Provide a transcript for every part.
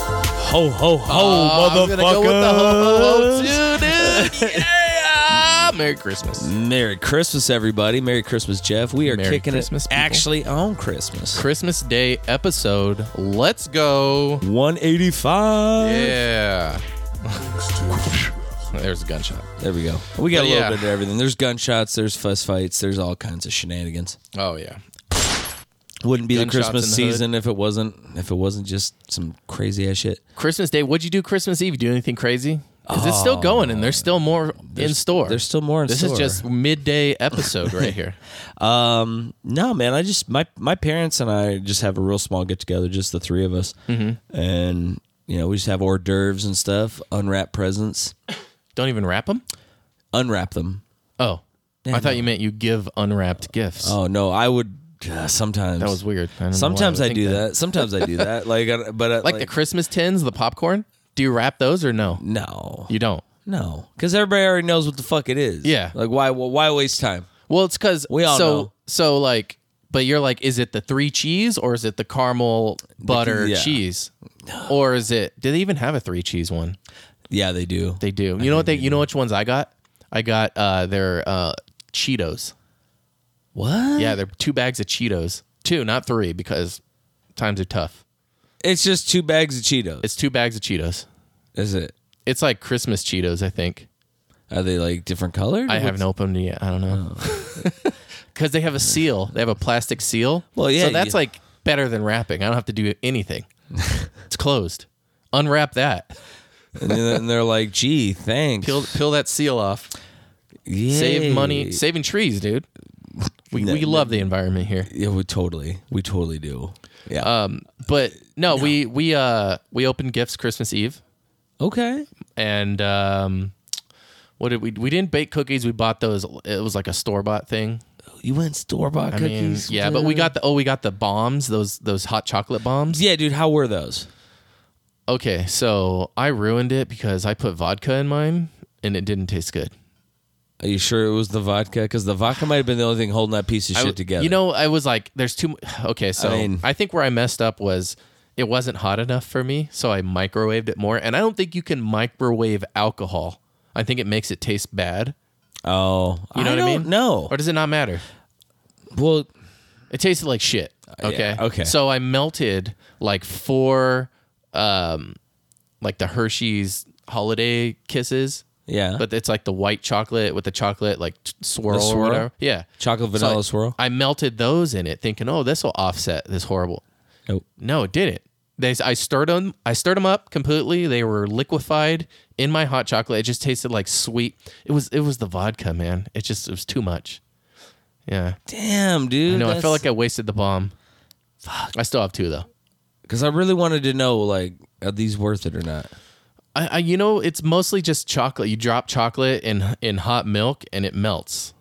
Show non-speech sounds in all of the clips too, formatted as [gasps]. ho ho ho, Oh, I was motherfucker. gonna go with the ho ho ho [laughs] too, dude. yeah. Merry Christmas. Merry Christmas, everybody. Merry Christmas, Jeff. We are Merry kicking Christmas, it people. actually on Christmas. Christmas Day episode. Let's go. 185. Yeah. There's a gunshot. There we go. We got But a little yeah. bit of everything. There's gunshots, there's fuss fights, there's all kinds of shenanigans. Oh yeah. Wouldn't be the Gunshots Christmas in the hood. season if it wasn't if it wasn't just some crazy ass shit. Christmas Day. What'd you do Christmas Eve? Do anything crazy? Because it's still going and there's still more in store. There's still more in this store. is just midday episode [laughs] right here. Um, no, man. I just my my parents and I just have a real small get together, just the three of us, Mm-hmm. and you know we just have hors d'oeuvres and stuff, unwrap presents, Don't even wrap them. unwrap them. Oh, I thought you meant you give unwrapped gifts. Oh no, I would uh, sometimes. That was weird. I don't know why I Sometimes would I, think do that. Sometimes [laughs] I do that. Like, I, but I, Like, the Christmas tins, the popcorn. Do you wrap those or no? no, You don't. no, because everybody already knows what the fuck it is. Yeah. Like why why waste time? Well, it's because We all so know. so like, but you're like, is it the three cheese or is it the caramel butter yeah. cheese, or is it? Do they even have a three cheese one? Yeah, they do. They do. You know what they? You know which ones I got? I got uh their uh Cheetos. what? Yeah, they're two bags of Cheetos. Two, not three, because times are tough. It's just two bags of Cheetos. It's two bags of Cheetos. is it? It's like Christmas Cheetos, I think. Are they like different colored? I haven't opened it yet. I don't know. Oh. [laughs] Because they have a seal. They have a plastic seal. Well, yeah, So that's you- like better than wrapping. I don't have to do [laughs] anything. it's closed. Unwrap that. and then they're like, gee, thanks. Peel, peel that seal off. Save money. Saving trees, dude. We, we love the environment here. Yeah, we totally, we totally do. Yeah. Um, But no, we we uh we opened gifts Christmas Eve okay. and um what did we we didn't bake cookies. We bought those it was like a store bought thing. You went store bought I mean, cookies. yeah, but we got the oh, we got the bombs, those those hot chocolate bombs. Yeah, dude. How were those? Okay, so I ruined it because I put vodka in mine and it didn't taste good. Are you sure it was the vodka? Because the vodka might have been the only thing holding that piece of I- shit together. You know, I was like, there's too. mu- Okay, so I, I mean- think where I messed up was it wasn't hot enough for me, so I microwaved it more. And I don't think you can microwave alcohol. I think it makes it taste bad. Oh, You know I what I don't mean? know. Or does it not matter? Well, It tasted like shit. Okay. Uh, yeah, okay. So I melted like four, um, like the Hershey's holiday kisses. yeah. but it's like the white chocolate with the chocolate like t- swirl, swirl? or whatever. Yeah, Chocolate So vanilla I- swirl? I melted those in it, thinking, oh, this will offset this horrible. nope. No, it didn't. They, I stirred them. I stirred them up completely. They were liquefied in my hot chocolate. It just tasted like sweet. It was it was the vodka, man. It just it was too much. Yeah, Damn, dude. no, I feel like I wasted the bomb. Fuck. I still have two though. because I really wanted to know, like, are these worth it or not? I, I you know it's mostly just chocolate. You drop chocolate in in hot milk and it melts.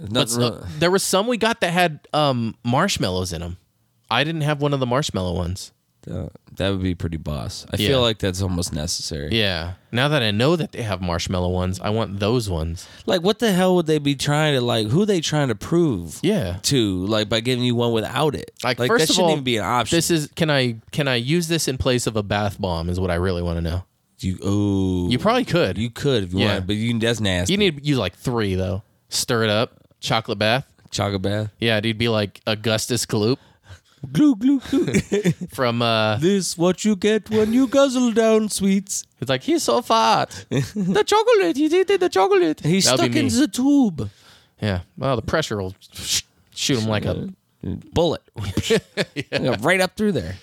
Not But so- there was some we got that had um, marshmallows in them. I didn't have one of the marshmallow ones. uh, that would be pretty boss. I Yeah. feel like that's almost necessary. Yeah. Now that I know that they have marshmallow ones, I want those ones. Like, what the hell would they be trying to like? Who they trying to prove? Yeah. To like by giving you one without it. Like, that first of shouldn't all, even be an option. This is can I can I use this in place of a bath bomb is what I really want to know. you oh You probably could. you could if you Yeah. want, but you that's nasty. You need to use like three though. Stir it up. Chocolate bath. chocolate bath. Yeah, dude be like Augustus Gloop Glue glue glue. [laughs] from uh this what you get when you guzzle down sweets. it's like he's [laughs] so fat. the chocolate, he's eating the chocolate. He's That'll be stuck in me. the tube. Yeah. Well the pressure will shoot him like a [laughs] bullet Yeah, right up through there.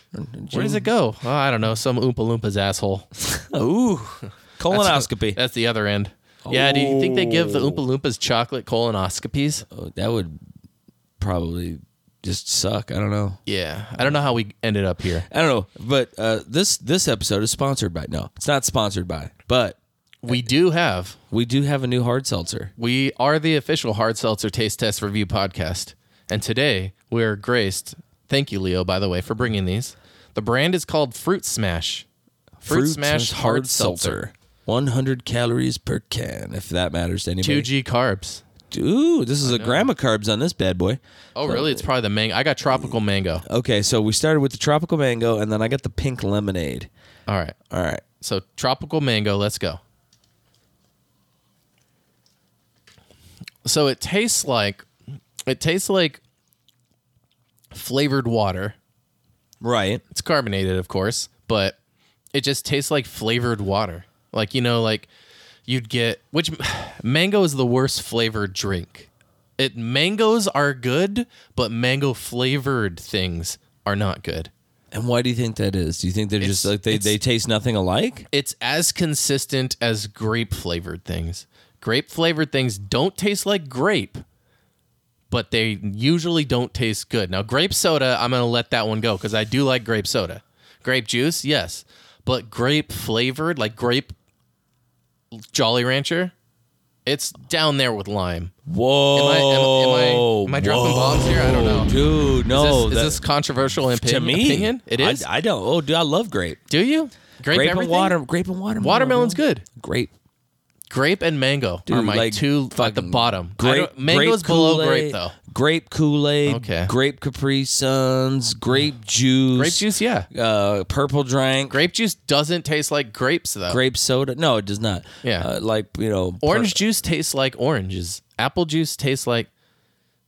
Where does it go? Oh, I don't know. Some Oompa Loompa's [laughs] asshole. Ooh, colonoscopy. That's the other end. Yeah. Do you think they give the Oompa Loompas chocolate colonoscopies? Oh, that would probably just suck. I don't know. Yeah. I don't know how we ended up here. I don't know. But uh, this this episode is sponsored by no, it's not sponsored by, but We do have. we do have a new hard seltzer. We are the official Hard Seltzer Taste Test Review podcast, and today we're graced. Thank you, Leo, by the way, for bringing these. The brand is called Fruit Smash. Fruit, Smash Hard Seltzer. 100 calories per can, if that matters to anybody. Two G carbs. Ooh, this is a gram of carbs on this bad boy. Oh, really? It's probably the mango. I got tropical mango. Okay, so we started with the tropical mango, and then I got the pink lemonade. All right. All right. So tropical mango, let's go. So it tastes like it tastes like flavored water. Right. It's carbonated, of course, but it just tastes like flavored water. Like you know, like you'd get which [sighs] mango is the worst flavored drink. It mangoes are good, but mango flavored things are not good. And why do you think that is? Do you think they're just It's- like they, it's- they taste nothing alike? it's as consistent as grape flavored things. Grape flavored things don't taste like grape, but they usually don't taste good. Now, grape soda, I'm going to let that one go because I do like grape soda. Grape juice, yes. But grape flavored, like grape Jolly Rancher, it's down there with lime. Whoa. Am I, am, I, am I dropping Oh, Whoa. bombs here? I don't know. Dude, no. is this, that- is this controversial opinion? to me, opinion? It is. I, I don't. Oh, dude, I love grape. do you? Grape, Grape and everything? water. Grape and watermelon. Watermelon's bro. good. Grape. Grape and mango are my like, two at the fucking bottom. I Grape. don't- mango's grape below Kool-Aid, grape though. Grape Kool Aid. Okay. Grape Capri Suns. Grape juice. Grape juice, yeah. Uh, purple drink. Grape juice doesn't taste like grapes though. grape soda. No, it does not. Yeah. Uh, like you know, per- Orange juice tastes like oranges. Apple juice tastes like,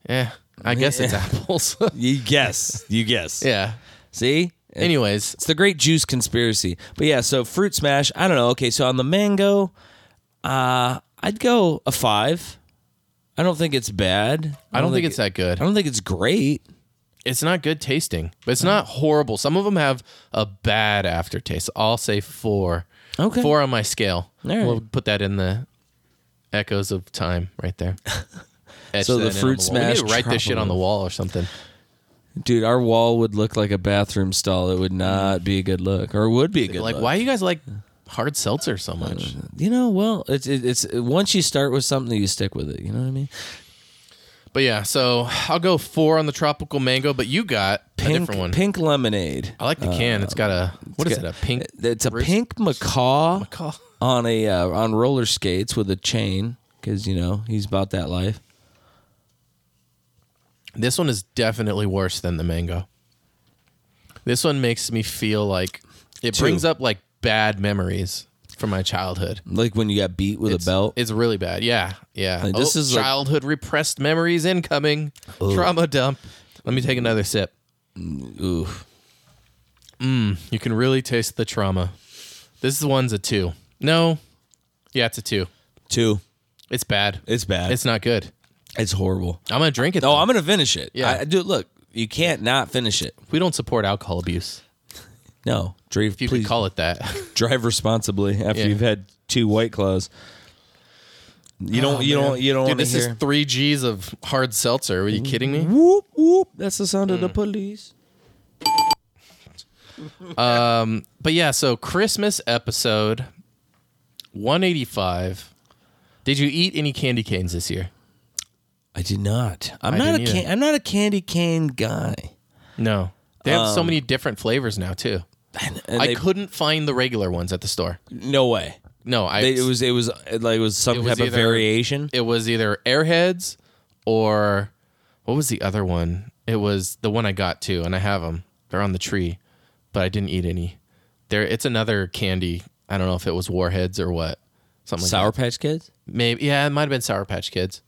eh, I guess it's apples. [laughs] you guess. You guess. yeah. See. Anyways, It's the great juice conspiracy. But yeah, so fruit smash. I don't know. Okay, so on the mango, uh, I'd go a five. I don't think it's bad. I don't think it's that good. I don't think it's great. It's not good tasting, but it's not horrible. Some of them have a bad aftertaste. I'll say four. Okay. Four on my scale. All right. We'll put that in the echoes of time [laughs] right there. Etch So the that in on fruit wall. We need to smash write this shit on the tropical. wall or something. Dude, our wall would look like a bathroom stall. It would not be a good look, or would be a good like, look. why you guys like hard seltzer so much? You know, well, it's it, it's once you start with something, you stick with it. You know what I mean? But yeah, so I'll go four on the tropical mango, but you got a Pink, different one. pink Uh, lemonade. I like the can. It's got a what is got- it? A pink. It's a wrist- pink macaw, Macaw. on a uh, on roller skates with a chain, because you know he's about that life. This one is definitely worse than the mango. This one makes me feel like it Two. brings up like bad memories from my childhood. Like when you got beat with It's- a belt. It's really bad. Yeah, yeah. Like, this Oh, is like- childhood repressed memories incoming. Trauma dump. Let me take another sip. Ooh, You can really taste the trauma. This one's a two. No. Yeah, it's a two. two. It's bad. It's bad. It's not good. it's horrible. I'm gonna drink it. No, though. I'm gonna finish it. Yeah. I, I- dude, look, you can't not finish it. we don't support alcohol abuse. No, Drave, If you please could call it that. [laughs] drive responsibly after Yeah. you've had two white claws. You don't. you don't. You don't Oh, Dude, want to this hear. Mm-hmm. is three G's of hard seltzer. Are you kidding me? whoop whoop. That's the sound Mm. of the police. But yeah, so Christmas episode 185. Did you eat any candy canes this year? I did not. I'm I not a. didn't Can, either. I'm not a candy cane guy. No. They have so many different flavors now too. And, Um, and I they- couldn't find the regular ones at the store. no way. No, I They, it was. It was uh, like it was some was type of either- variation. it was either Airheads or what was the other one? It was the one I got too, and I have them. They're on the tree, but I didn't eat any. There, it's another candy. I don't know if it was Warheads or what. Something like Sour Patch Kids. that. maybe. Yeah, it might have been Sour Patch Kids,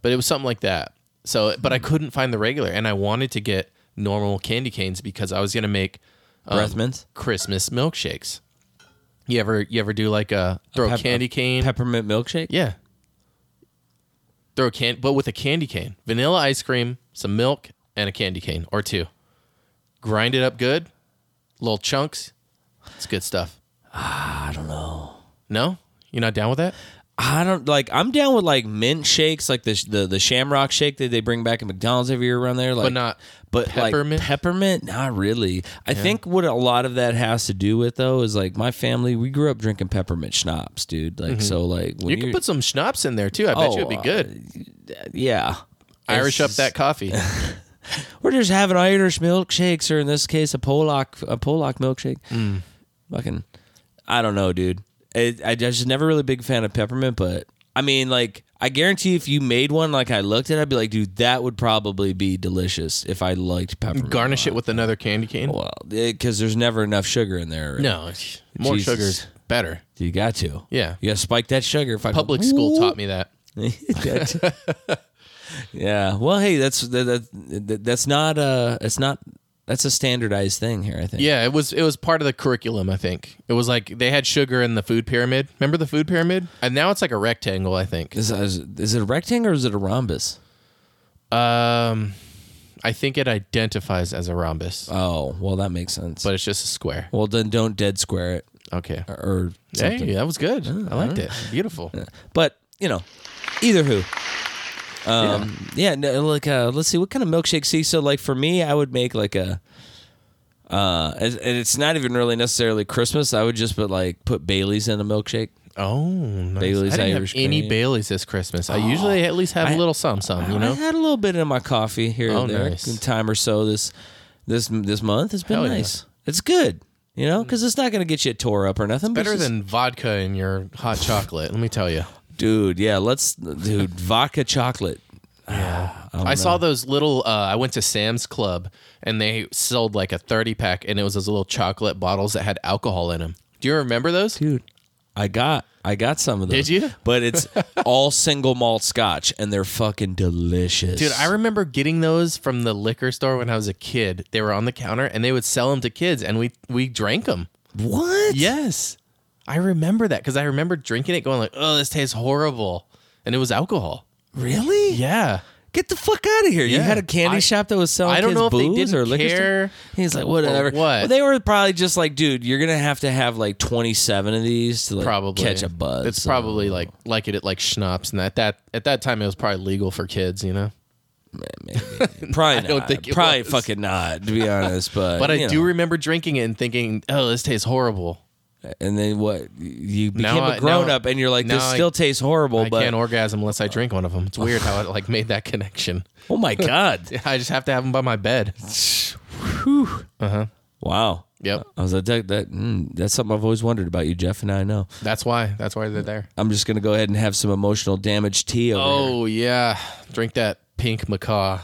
but it was something like that. So, but I Hmm. couldn't find the regular, and I wanted to get normal candy canes because I was gonna make Um, Breath mints. Christmas milkshakes. You ever you ever do like a throw a pep- a candy cane? Peppermint milkshake. Yeah. Throw a can, but with a candy cane, vanilla ice cream, some milk, and a candy cane or two. Grind it up good, little chunks. It's good stuff. I don't know. No, you're not down with that? I don't like. I'm down with like mint shakes, like the the, the Shamrock Shake that they bring back at McDonald's every year around there. Like, not but peppermint? Like, peppermint, not really. I think what a lot of that has to do with though is like my family. We grew up drinking peppermint schnapps, dude. Like so, like when Mm-hmm. You could you're- put some schnapps in there too. I bet you Oh, it'd be uh, good. yeah. Irish up [laughs] that coffee. We're just having Irish milkshakes, or in this case, a Polak a Polak milkshake. Fucking, I don't know, dude. It, I just never really big fan of peppermint, but I mean, like I guarantee if you made one like I looked at, I'd be like, dude, that would probably be delicious if I liked peppermint. Garnish it with another candy cane. Well, because there's never enough sugar in there. No, more Jesus. sugar's better. You got to. Yeah. You got to spike that sugar. If I [laughs] Public school taught me that. That- yeah. Well, hey, that's that, that, that- that's not uh it's not that's a standardized thing here, I think. Yeah, it was it was part of the curriculum, I think. It was like they had sugar in the food pyramid. Remember the food pyramid? And now it's like a rectangle, I think. Is, is, is it a rectangle or is it a rhombus? Um I think it identifies as a rhombus, Oh, well, that makes sense. but it's just a square. well, then don't dead square it Okay. or, or Uh, something. Uh, uh-huh. Hey, that was good. I liked it. Beautiful. But you know, either who. Um, yeah. no, like uh, let's see, what kind of milkshake? See, so like for me, I would make like a. Uh, and and it's not even really necessarily Christmas. I would just put like put Bailey's in a milkshake. Oh, nice. Bailey's I didn't Irish have any cream. Baileys this Christmas. [gasps] I usually at least have a I- little some, some. You I know, had a little bit in my coffee here Oh, and there, nice. a time or so this this this month. It's been Hell yeah. nice. It's good, you know, because it's not going to get you tore up or nothing. but better it's just- than vodka in your hot chocolate. Let me tell you. dude. Yeah, let's dude vodka chocolate. I, saw those little. Uh, I went to Sam's Club and they sold like a thirty pack, and it was those little chocolate bottles that had alcohol in them. Do you remember those? dude. I got I got some of those. Did you? But it's all single malt scotch, and they're fucking delicious, Dude, I remember getting those from the liquor store when I was a kid. They were on the counter, and they would sell them to kids, and we we drank them. what? Yes, I remember that because I remember drinking it, going like, "Oh, this tastes horrible," and it was alcohol. really? Yeah, Get the fuck out of here! You Yeah. had a candy I- shop that was selling. I don't kids know if they booze didn't or liquor store? care He's like, whatever. what. Well, they were probably just like, dude, you're gonna have to have like 27 of these to like probably catch a buzz. It's So- probably like like it at like schnapps, and at that at that time it was probably legal for kids, you know. Uh, [laughs] probably. Not. don't think it probably was. fucking not to be honest. But But you I do know. remember drinking it and thinking, "Oh, this tastes horrible." and then what? You Now became I- a now- grown up, and you're like, now this I- still tastes horrible. I but can't orgasm unless I drink one of them. It's weird how it like made that connection. [laughs] oh my god. I just have to have them by my bed. Wow. Yep, I was like, that, that, mm, that's something I've always wondered about you, Jeff, and I know. that's why. That's why they're there. I'm just going to go ahead and have some emotional damage tea over here. Oh yeah, drink that pink macaw.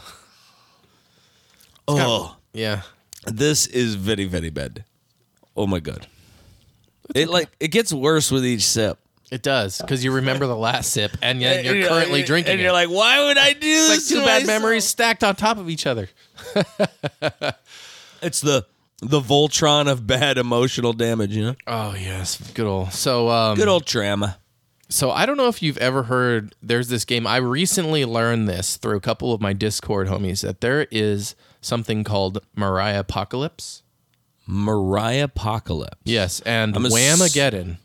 Oh, Yeah, this is very, very bad. Oh, my God. It like it gets worse with each sip. it does because you remember the last sip, and yet you're currently drinking. and it. you're like, why would I do It's this? like two to bad myself? memories stacked on top of each other. It's the the Voltron of bad emotional damage. You know, Oh yes, good old. So um, good old trauma. So I don't know if you've ever heard. There's this game. I recently learned this through a couple of my Discord homies that there is something called Mariah Apocalypse. Mariah Apocalypse. Yes, and I'm a s- Whamageddon.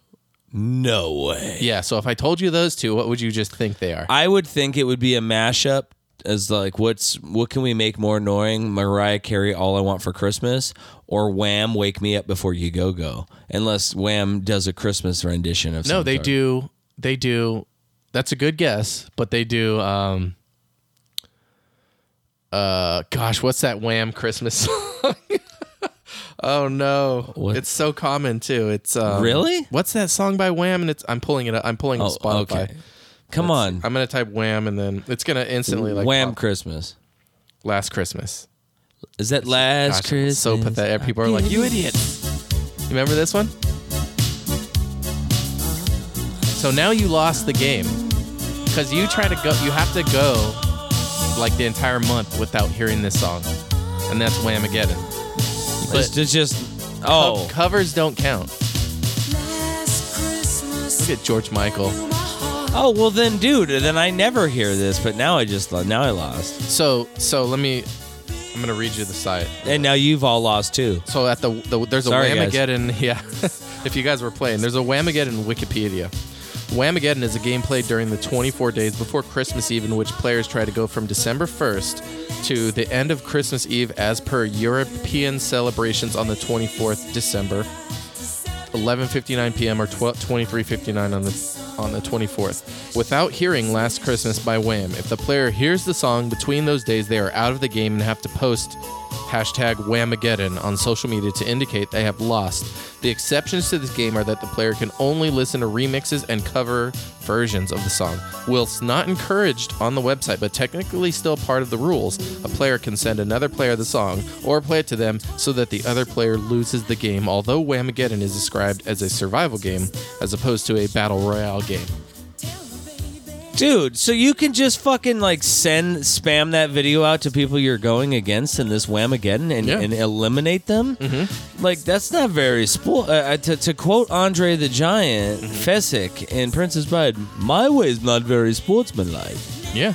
No way. Yeah. So if I told you those two, what would you just think they are? I would think it would be a mashup as like what's what can we make more annoying? Mariah Carey All I Want for Christmas or Wham Wake Me Up Before You Go Go. Unless Wham does a Christmas rendition of no, some they sort. do. They do. That's a good guess, but they do. Um, uh, gosh, what's that Wham Christmas [laughs] song? oh no, What? it's so common too. It's um, Really? what's that song by Wham? And it's I'm pulling it up. I'm pulling Oh, up Spotify. okay. Come on. I'm gonna type Wham and then it's gonna instantly like Wham pop. Christmas. Last Christmas. Is that last Gosh, Christmas? So pathetic. People are like, you idiot. You remember this one? So now you lost the game because you try to go. You have to go like the entire month without hearing this song, and that's Whamageddon. It's, it's just oh Co- covers don't count. Look at George Michael. oh well then dude then I never hear this but now I just lo- now I lost So so let me. I'm gonna read you the site. and now you've all lost too. So at the, the there's a Sorry, guys. Whamageddon. [laughs] Yeah, if you guys were playing, there's a Whamageddon Wikipedia. Whamageddon is a game played during the 24 days before Christmas Eve, in which players try to go from December 1st to the end of Christmas Eve, as per European celebrations on the 24th December, 11:59 p.m. or 12, 23:59 on the on the 24th, without hearing "Last Christmas" by Wham. If the player hears the song between those days, they are out of the game and have to post hashtag Whamageddon on social media to indicate they have lost. The exceptions to this game are that the player can only listen to remixes and cover versions of the song. Whilst not encouraged on the website, but technically still part of the rules, a player can send another player the song or play it to them so that the other player loses the game, although Whamageddon is described as a survival game as opposed to a battle royale game. Dude, so you can just fucking like send spam that video out to people you're going against in this Whamageddon and, Yeah. Mm-hmm. and eliminate them? Like, that's not very sport. Uh, uh, to, to quote Andre the Giant, Mm-hmm. Fesick, in Princess Bride, my way's not very sportsmanlike. Yeah,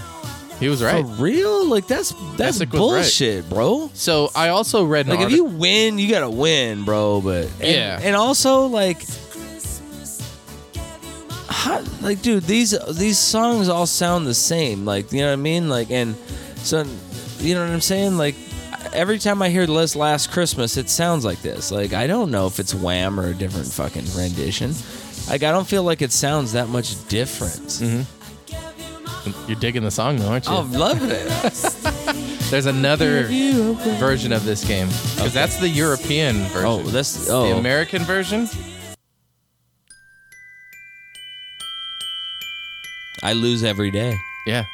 he was right. For real? Like, that's that's Fesick was right. bullshit, bro. So I also read an Like, if arti- you win, you gotta win, bro. But and, Yeah. and also like, how, like dude, these these songs all sound the same. Like you know what I mean? Like and so you know what I'm saying? Like every time I hear "Last Last Christmas," it sounds like this. Like I don't know if it's Wham or a different fucking rendition. Like I don't feel like it sounds that much different. Mm-hmm. You're digging the song though, aren't you? Oh, I'm loving it. There's another version of this game because that's the European [laughs] version. oh, that's the oh. American version. I lose every day. Yeah.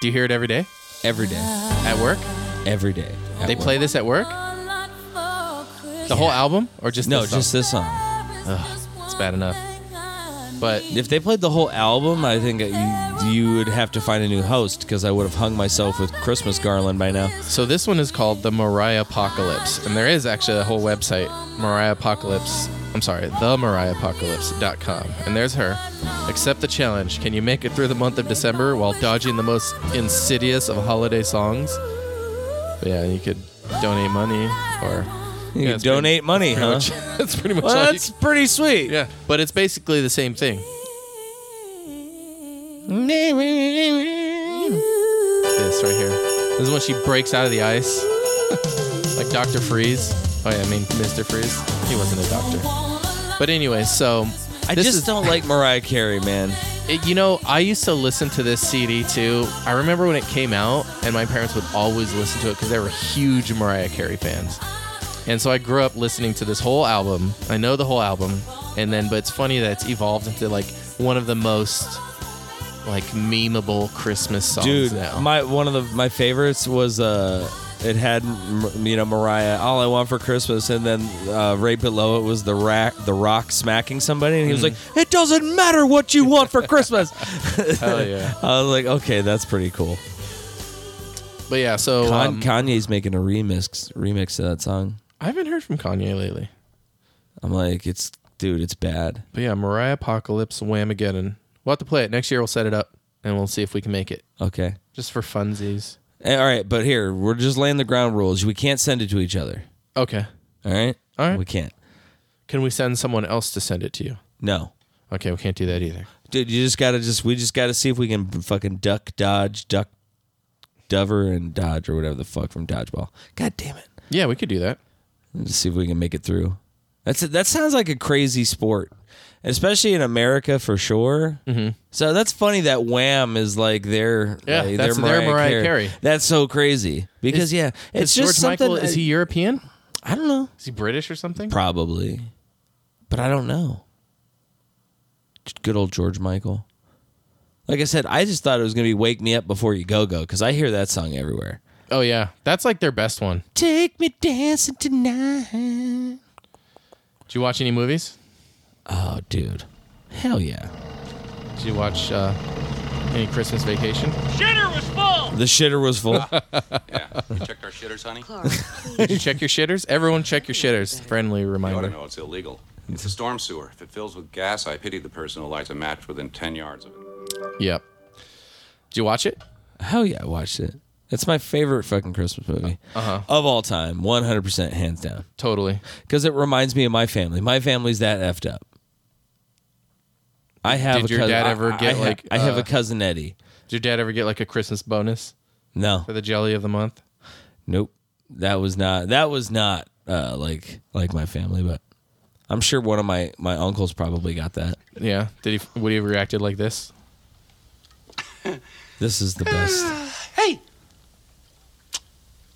Do you hear it every day Every day. at work? Every day. at they work. play this at work? The whole album or just No, this song? just this song. it's bad enough. But If they played the whole album, I think that you, you would have to find a new host because I would have hung myself with Christmas garland by now. so this one is called the Mariah Apocalypse, and there is actually a whole website, Mariah Apocalypse. I'm sorry, the MariahApocalypse.com, and there's her. Accept the challenge. Can you make it through the month of December while dodging the most insidious of holiday songs? But yeah, you could donate money or You Yeah, could it's donate money, pretty huh? much- [laughs] that's pretty much Well, all you that's pretty sweet. Yeah, but it's basically the same thing. This right here. This is when she breaks out of the ice, [laughs] like Doctor Freeze. Oh yeah, I mean Mister Freeze. He wasn't a doctor. But anyway, so I this just is- don't like Mariah Carey, [laughs] man. it- you know, I used to listen to this CD too. I remember when it came out, and my parents would always listen to it because they were huge Mariah Carey fans. And so I grew up listening to this whole album. I know the whole album, and then but it's funny that it's evolved into like one of the most like memeable Christmas songs Dude, now. my one of the my favorites was uh it had m- you know Mariah all I want for Christmas and then uh, right below it was the rack the rock smacking somebody and he Hmm. was like it doesn't matter what you want for [laughs] Christmas. [laughs] Hell Oh, yeah! I was like, okay, that's pretty cool. But yeah, so Kan- um, Kanye's making a remix remix to that song. I haven't heard from Kanye lately. I'm like, it's dude, it's bad. But yeah, Mariah Apocalypse, Whamageddon. We'll have to play it next year. We'll set it up and we'll see if we can make it Okay. just for funsies. Eh, All right, but here we're just laying the ground rules. We can't send it to each other. Okay. All right. All right. We can't. Can we send someone else to send it to you? No, Okay, we can't do that either. dude, you just gotta just we just gotta see if we can fucking duck, dodge, duck, dover, and dodge or whatever the fuck from dodgeball. God damn it. Yeah, we could do that. Let's see if we can make it through. That's that sounds like a crazy sport, especially in America for sure. Mm-hmm. So that's funny that Wham is like their Yeah, like that's their Mariah Carey. That's so crazy because yeah, it's Is just George something. Michael is he European? I don't know. Is he British or something? Probably, but I don't know. Good old George Michael. Like I said, I just thought it was gonna be "Wake Me Up Before You Go Go" because I hear that song everywhere. oh yeah, that's like their best one. Take me dancing tonight. Did you watch any movies? Oh, dude, hell yeah. Did you watch uh, any Christmas Vacation? Shitter was full. The shitter was full. [laughs] We checked our shitters, honey. You Did you check your shitters? Everyone, check your shitters. Friendly ought to reminder. know it's illegal. It's a storm sewer. If it fills with gas, I pity the person who lights a match within 10 yards of it. Yep. Did you watch it? [laughs] Hell yeah, I watched it. It's my favorite fucking Christmas movie Uh, uh-huh. of all time, 100% hands down. Totally. Because it reminds me of my family. My family's that effed up. I have a Did your cousin, dad I- ever I- get, I ha- like, I have uh, a cousin Eddie. Did your dad ever get like a Christmas bonus No, for the jelly of the month? nope. That was not. That was not uh, like like my family. But I'm sure one of my my uncles probably got that. Yeah. Did he? Would he have reacted like this? This is the best. Hey!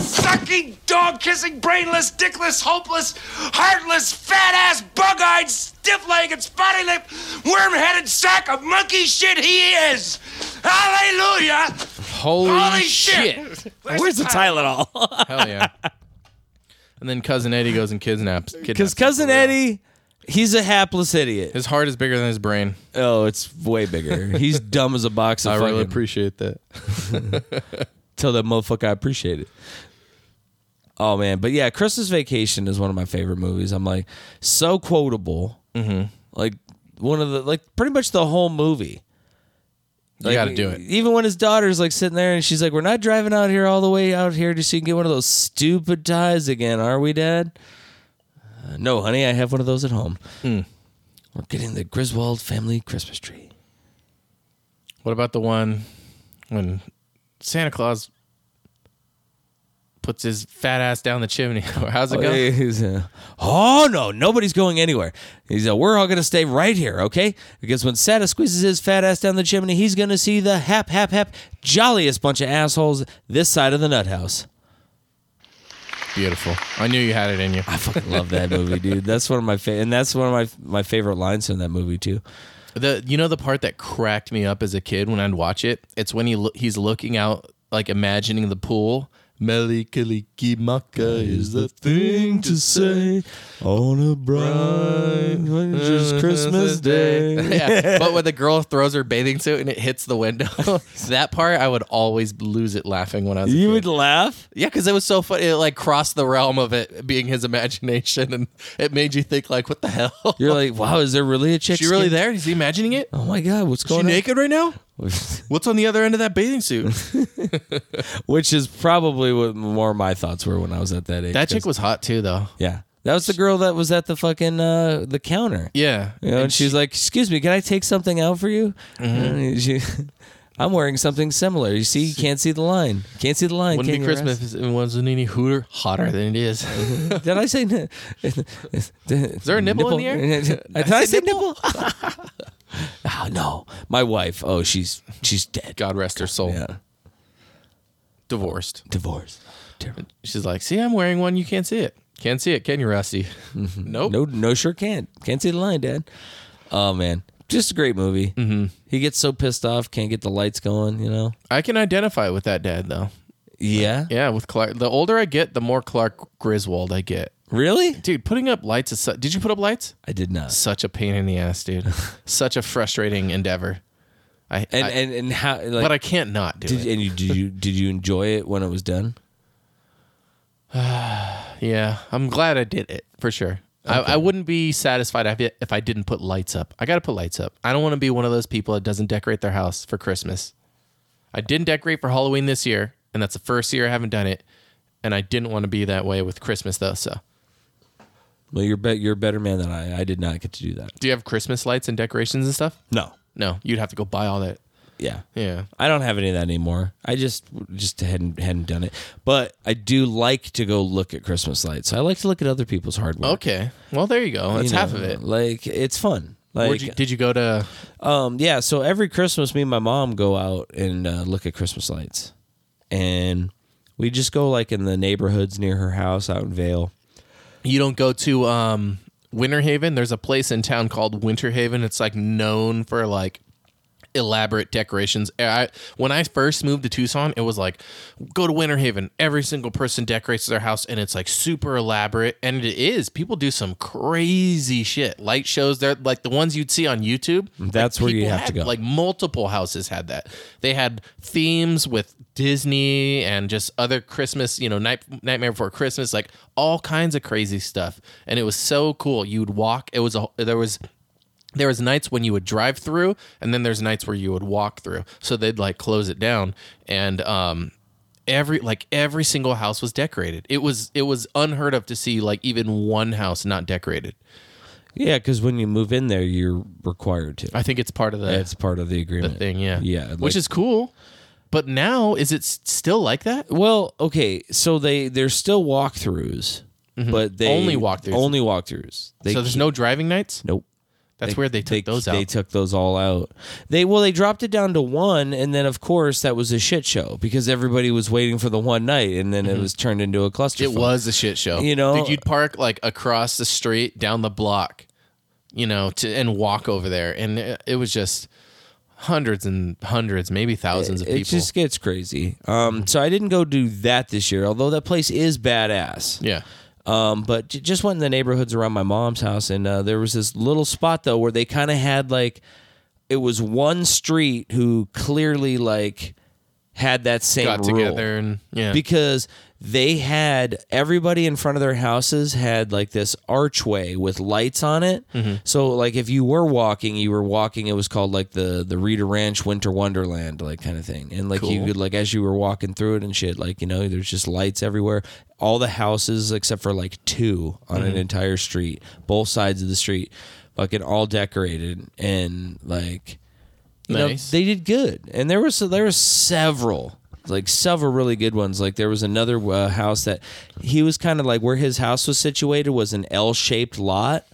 sucking, dog kissing, brainless, dickless, hopeless, heartless, fat ass, bug eyed, stiff legged, spotty lipped, worm headed sack of monkey shit he is. Hallelujah! Holy, Holy shit. shit! Where's the Tylenol? [laughs] Hell yeah. And then cousin Eddie goes and kidnaps. Because kidnaps him cousin for real. Eddie, he's a hapless idiot. his heart is bigger than his brain. Oh, it's way bigger. [laughs] He's dumb as a box of I really fucking- appreciate that. tell that motherfucker I appreciate it. Oh man, but yeah, Christmas Vacation is one of my favorite movies. I'm like so quotable, mm-hmm. like one of the like pretty much the whole movie. You got to do it. Even when his daughter's like sitting there and she's like, "We're not driving out here all the way out here just so you can get one of those stupid ties again, are we, Dad?" "Uh, no, honey, I have one of those at home. We're getting the Griswold family Christmas tree. What about the one when Santa Claus puts his fat ass down the chimney? [laughs] How's it Oh, going? yeah, he's, uh, oh no, nobody's going anywhere. He's uh, we're all gonna stay right here, okay? Because when Santa squeezes his fat ass down the chimney, he's gonna see the hap hap hap jolliest bunch of assholes this side of the nut house. Beautiful. I knew you had it in you. I fucking love [laughs] that movie, dude. That's one of my fa- and that's one of my my favorite lines from that movie too. The you know the part that cracked me up as a kid when I'd watch it. It's when he lo- he's looking out, like imagining the pool. Melikalikimaka is the thing to say. on a bright [laughs] Christmas day. uh, yeah, but when the girl throws her bathing suit and it hits the window, [laughs] that part I would always lose it laughing when I was. a You kid. would laugh. Yeah, because it was so funny. It like crossed the realm of it being his imagination, and it made you think like, "What the hell? You're like, wow, is there really a chick? [laughs] Is she really skin- there? Is he imagining it? Oh my god, what's Is she going on? naked right now? [laughs] What's on the other end of that bathing suit? Which is probably what more my thoughts were when I was at that age. that chick 'cause- was hot too, though. yeah, that was the girl that was at the fucking uh, the counter. Yeah, you know, and, she was like, "Excuse me, can I take something out for you?" Mm-hmm. And she- [laughs] I'm wearing something similar. You see, you can't see the line. Can't see the line. wouldn't can be you, Christmas if it wasn't any hooter hotter than [laughs] it is. Russ? Did I say? N- is there a nibble in the [laughs] Did I say nipple? [laughs] oh no, my wife. Oh, she's she's dead. God rest her soul. Yeah, Divorced. divorced. Terrible. She's like, "See, I'm wearing one. You can't see it. Can't see it, can you, Rusty? [laughs] nope. No, no, sure can't. Can't see the line, Dad. Oh man, just a great movie. Mm-hmm. He gets so pissed off, can't get the lights going. You know? I can identify with that dad though. Yeah. Yeah, with Clark. The older I get, the more Clark Griswold I get. Really? Dude, putting up lights is. Su- Did you put up lights? I did not. Such a pain in the ass, [laughs] dude. Such a frustrating endeavor. I, And I- and and how? Like, but I can't not do did it. and you did you did you enjoy it when it was done? Yeah, I'm glad I did it for sure. I, I wouldn't be satisfied if it- if I didn't put lights up. I got to put lights up. I don't want to be one of those people that doesn't decorate their house for Christmas. I didn't decorate for Halloween this year, and that's the first year I haven't done it. And I didn't want to be that way with Christmas though. So, Well, you're bet you're a better man than I. I did not get to do that. do you have Christmas lights and decorations and stuff? No. No, you'd have to go buy all that. Yeah. Yeah. I don't have any of that anymore. I just just hadn't hadn't done it, but I do like to go look at Christmas lights. I like to look at other people's hardware. Okay. Well, there you go. That's You know, half of it. Like it's fun. Like Where'd you- did you go to? Um, yeah. So every Christmas, me and my mom go out and uh, look at Christmas lights, and we just go like in the neighborhoods near her house out in Vale. You don't go to um, Winter Haven. There's a place in town called Winter Haven. It's like known for like elaborate decorations. I, when I first moved to Tucson, it was like go to Winter Haven. Every single person decorates their house, and it's like super elaborate. And it is. People do some crazy shit. Light shows. They're like the ones you'd see on YouTube. That's Like, where you people have to had, go. Like multiple houses had that. They had themes with Disney and just other Christmas, you know, night, Nightmare Before Christmas, like all kinds of crazy stuff. And it was so cool. You'd walk. It was a there was there was nights when you would drive through and then there's nights where you would walk through so they'd like close it down and um every like every single house was decorated. It was it was unheard of to see like even one house not decorated. Yeah, because when you move in there, you're required to. I think it's part of the That's part of the the agreement. thing, yeah. Yeah, Which like- is cool. But now is it s- still like that? Well, okay, so they there's still walkthroughs, but they Mm-hmm. Only walkthroughs. Only walkthroughs. They so there's keep- no driving nights? nope. That's where they took those out. They took those all out. They well, they dropped it down to one, and then of course that was a shit show because everybody was waiting for the one night, and then it was turned into a cluster. Mm-hmm. It was a shit show. You know? Dude, you'd park like across the street, down the block, you know, to and walk over there, and it, it was just hundreds and hundreds, maybe thousands of It people. just gets crazy. Um, so I didn't go do that this year, although that place is badass. yeah, Um, but j- just went in the neighborhoods around my mom's house, and uh, there was this little spot though where they kind of had like it was one street who clearly like had that same got rule. together and yeah, because they had everybody in front of their houses had like this archway with lights on it. Mm-hmm. So like if you were walking, you were walking. It was called like the the Rita Ranch Winter Wonderland like kind of thing. And like you Cool. could like as you were walking through it and shit, like you know, there's just lights everywhere. All the houses except for like two on Mm-hmm. an entire street, both sides of the street, fucking all decorated and like you know, Nice. they did good, and there was there were several like several really good ones. Like there was another uh, house that he was kind of like where his house was situated was an L shaped lot.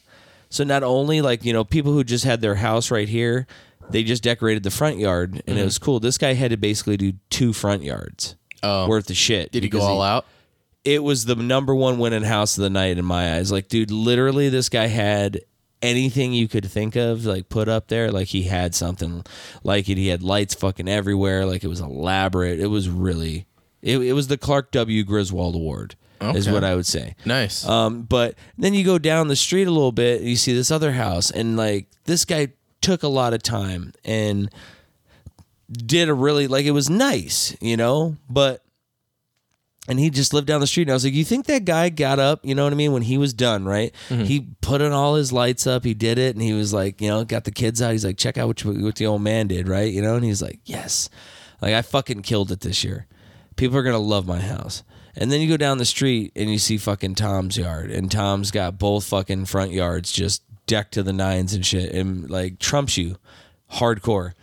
So not only like you know people who just had their house right here, they just decorated the front yard, and Mm-hmm. it was cool. This guy had to basically do two front yards Oh. worth of shit. did he go because all out? It was the number one winning house of the night in my eyes. Like dude, literally, this guy had. Anything you could think of, like put up there, like he had something like it. He had lights fucking everywhere. Like it was elaborate. It was really, it, it was the Clark W. Griswold Award, is Okay. what I would say. Nice. Um, but then you go down the street a little bit and you see this other house, and like this guy took a lot of time and did a really like it was nice, you know, but and he just lived down the street. And I was like, you think that guy got up, you know what I mean, when he was done, right? He put in all his lights up, he did it, and he was like, you know, got the kids out. He's like, check out what, you, what the old man did, right? You know, and he's like, yes, like I fucking killed it this year. People are gonna love my house. And then you go down the street and you see fucking Tom's yard, and Tom's got both fucking front yards just decked to the nines and shit, and like trumps you hardcore.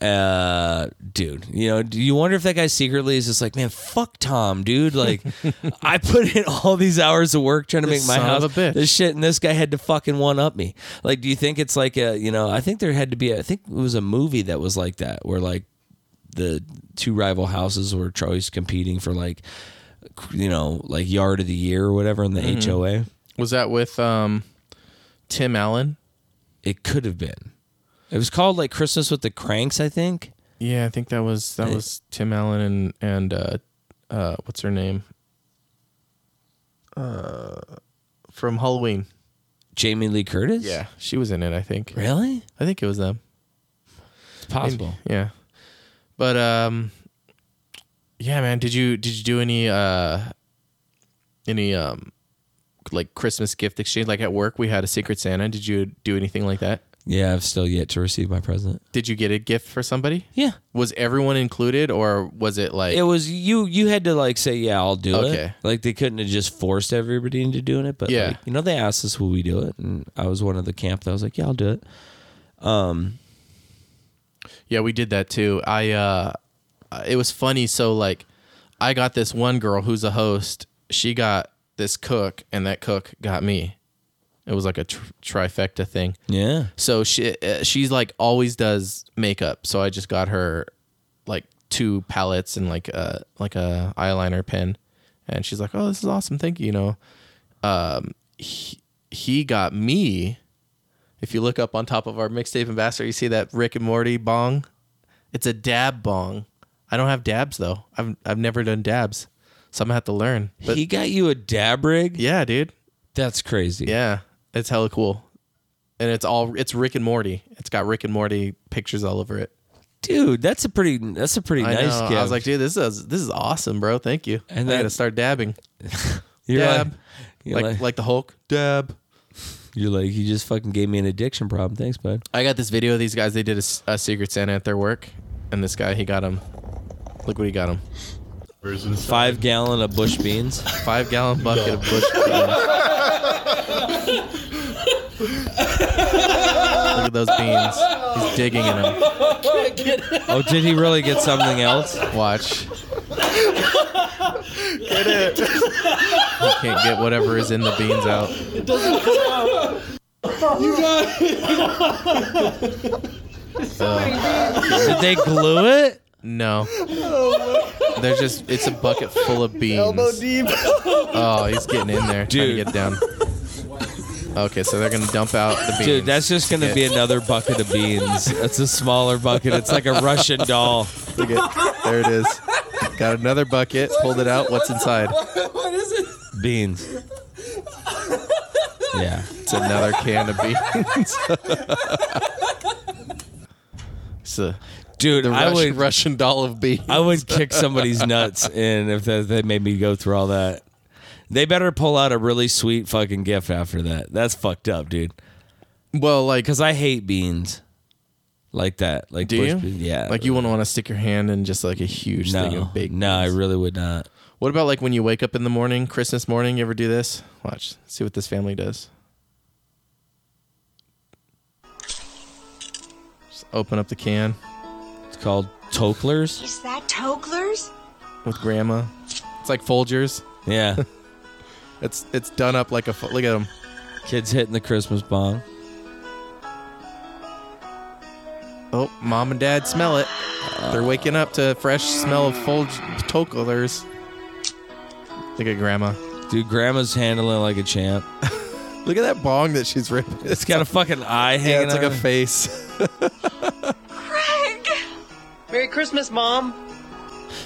Uh, dude, you know, do you wonder if that guy secretly is just like, man, fuck Tom, dude? [laughs] Like, I put in all these hours of work trying to This make my son house of a bitch. this shit, and this guy had to fucking one up me. Like, do you think it's like a, you know, I think there had to be, a, I think it was a movie that was like that, where like the two rival houses were always competing for like, you know, like yard of the year or whatever in the Mm-hmm. HOA. was that with um, Tim Allen? It could have been. It was called like Christmas with the Cranks, I think. Yeah, I think that was Eh. that was Tim Allen and and uh, uh, what's her name? Uh, from Halloween. Jamie Lee Curtis. she was in it. I think. Really? I think it was them. It's Yeah. But um yeah, man, did you did you do any uh any um like Christmas gift exchange like at work we had a secret Santa. Did you do anything like that? Yeah, I've still yet to receive my present. Did you get a gift for somebody? Yeah. Was everyone included or was it like It was you you had to like say, Yeah, I'll do it. Okay. Like they couldn't have just forced everybody into doing it, but Yeah. like, you know, they asked us will we do it and I was one of the camp that was like, Yeah, I'll do it. Yeah, we did that too. I uh it was funny so like I got this one girl who's a host. She got this cook and that cook got me. It was like a tr- trifecta thing. Yeah. So she uh, she's like always does makeup. So I just got her like two palettes and like a like a eyeliner pen, and she's like, "Oh, this is awesome, thank you." You know, um, he, he got me. If you look up on top of our mixtape ambassador, you see that Rick and Morty bong. It's a dab bong. I don't have dabs though. I've I've never done dabs, so I'm gonna have to learn. But he got you a dab rig? yeah, dude. That's crazy. Yeah, it's hella cool, and it's all it's Rick and Morty. It's got Rick and Morty pictures all over it. Dude, that's a pretty that's a pretty I nice know. gift. I was like, dude, this is this is awesome, bro. Thank you. And And I that- gotta start dabbing. you're dab. like, you're like, like the Hulk. Dab. you're like, you just fucking gave me an addiction problem. Thanks, bud. I got this video of these guys. They did a, s- a Secret Santa at their work, and this guy he got him. Look what he got him. peppers and stuff. Five gallon of bush beans. Five gallon bucket No. of bush beans. Look at those beans. He's digging in them. Oh, did he really get something else? Watch. Get it. You can't get whatever is in the beans out. Did they glue it? No. They're just, it's a bucket full of beans. Oh, he's getting in there. Dude. Trying to get down. Okay, so they're going to dump out the beans. Dude, that's just gonna be another bucket of beans. That's a smaller bucket. It's like a Russian doll. Look at- there it is. Got another bucket, pulled it out. What's inside? Beans. [laughs] Yeah. It's another can of beans. [laughs] it's a, Dude, the I Russian, would Russian doll of beans. I would kick somebody's nuts in if that, they made me go through all that. They better pull out a really sweet fucking gift after that. That's fucked up, dude. well, like, Because I hate beans like that. Like do bush you? beans. Yeah. Like, you wouldn't want to stick your hand in just like a huge no, thing of baked no, I beans. really would not. What about like when you wake up in the morning, Christmas morning? You ever do this? Watch. See what this family does. Just open up the can It's called Toklers. Is that Togler's? with grandma. It's like Folgers. [laughs] Yeah, It's it's done up like a fo- look at them. kids hitting the Christmas bomb. Oh, mom and dad smell it. They're waking up to a fresh smell of Folge Toklers. Look at grandma. Dude, Grandma's handling it like a champ. Look at that bong that she's ripping. [laughs] It's got a fucking eye yeah, hanging. it's out like a of it. face. Merry Christmas, Mom.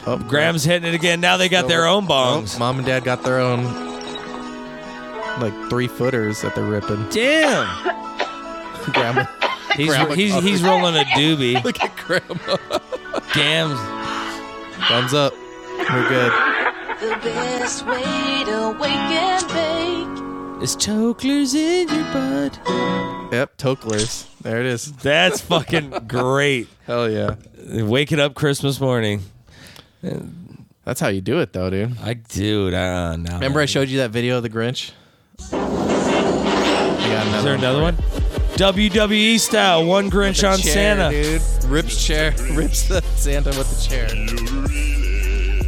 Oh, Graham's hitting it again. Now they got their own bongs. Oh, mom and dad got their own like three footers that they're ripping. [laughs] Damn, Grandma, he's Grandma he's covered. he's rolling a doobie. look at grandma. Damn, Thumbs up. We're good. The best way to wake and bake. it's Toklers in your butt. Yep, Toklers. There it is. That's fucking great. Hell yeah. Waking up Christmas morning. That's how you do it though, dude. I dude, uh, no. Remember I showed you that video of the Grinch? You got another Is there another one? WWE style, one Grinch on Chair, Santa. dude. Rips chair, [laughs] rips the Santa with the chair.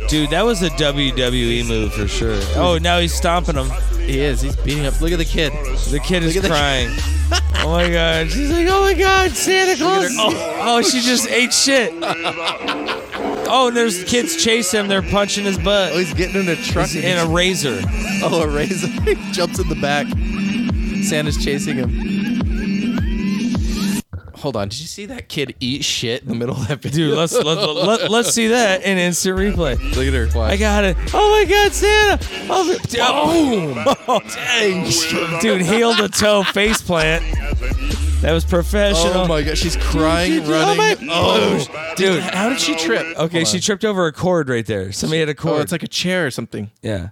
Dude, that was a WWE move for sure. Oh, now he's stomping him. He is. He's beating up. Look at the kid. The kid is at the- crying. oh my god. She's like, oh my god, Santa Claus. Oh, oh, she just ate shit. Oh, and there's kids chasing him. They're punching his Oh, butt. he's getting in a truck He's in a razor. Oh, a razor. [laughs] he jumps in the back. Santa's chasing him. Hold on. Did you see that kid eat shit in the middle of that video? Dude, let's let, let, let, us see that in instant replay. Later. Watch. I got it. Oh my god, Santa. Oh, the- [laughs] oh. dang. Dude, heel to toe face plant. That was professional. Oh my god. She's crying, Dude, oh running. my- Oh, Dude. How did she trip? Okay, she tripped over a cord right there. Somebody had a cord. Oh, it's like a chair or something. yeah.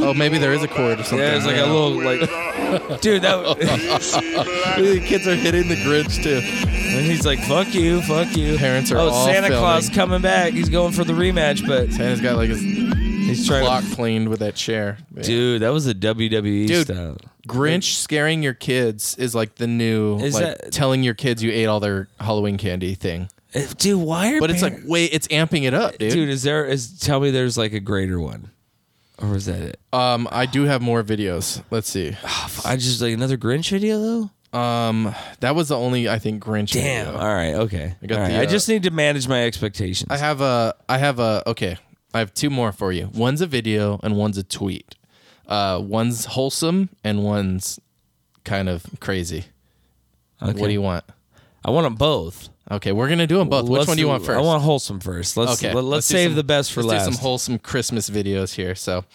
Oh, maybe there is a cord or something. Yeah, it's like a little like, [laughs] dude. That The [laughs] kids are hitting the Grinch too. and he's like, "Fuck you, fuck you." Parents are Oh, all Santa filming. Claus coming back. He's going for the rematch, but Santa's got like his he's trying. clock To, cleaned with that chair. Yeah. dude, that was a E WWE Dude, style. Grinch scaring your kids is like the new Is like that- telling your kids you ate all their Halloween candy thing. Eh, Dude, why are But it's like parents- wait, it's amping it up, dude. dude? Is there is tell me there's like a greater one, or was that it? Um, I do have more videos. Let's see. I just like another Grinch video though. Um, that was the only I think Grinch. Damn. video. All right. Okay. I, got the, I uh, just need to manage my expectations. I have a. I have a. Okay, I have two more for you. One's a video and one's a tweet. Uh, one's wholesome and one's kind of crazy. Okay. What do you want? I want them both. Okay, we're gonna do them both. Which Let's one do you want do- first? I want wholesome first. Let's Okay, let, us let's do save some- the best for Let's last. do some wholesome Christmas videos here. So,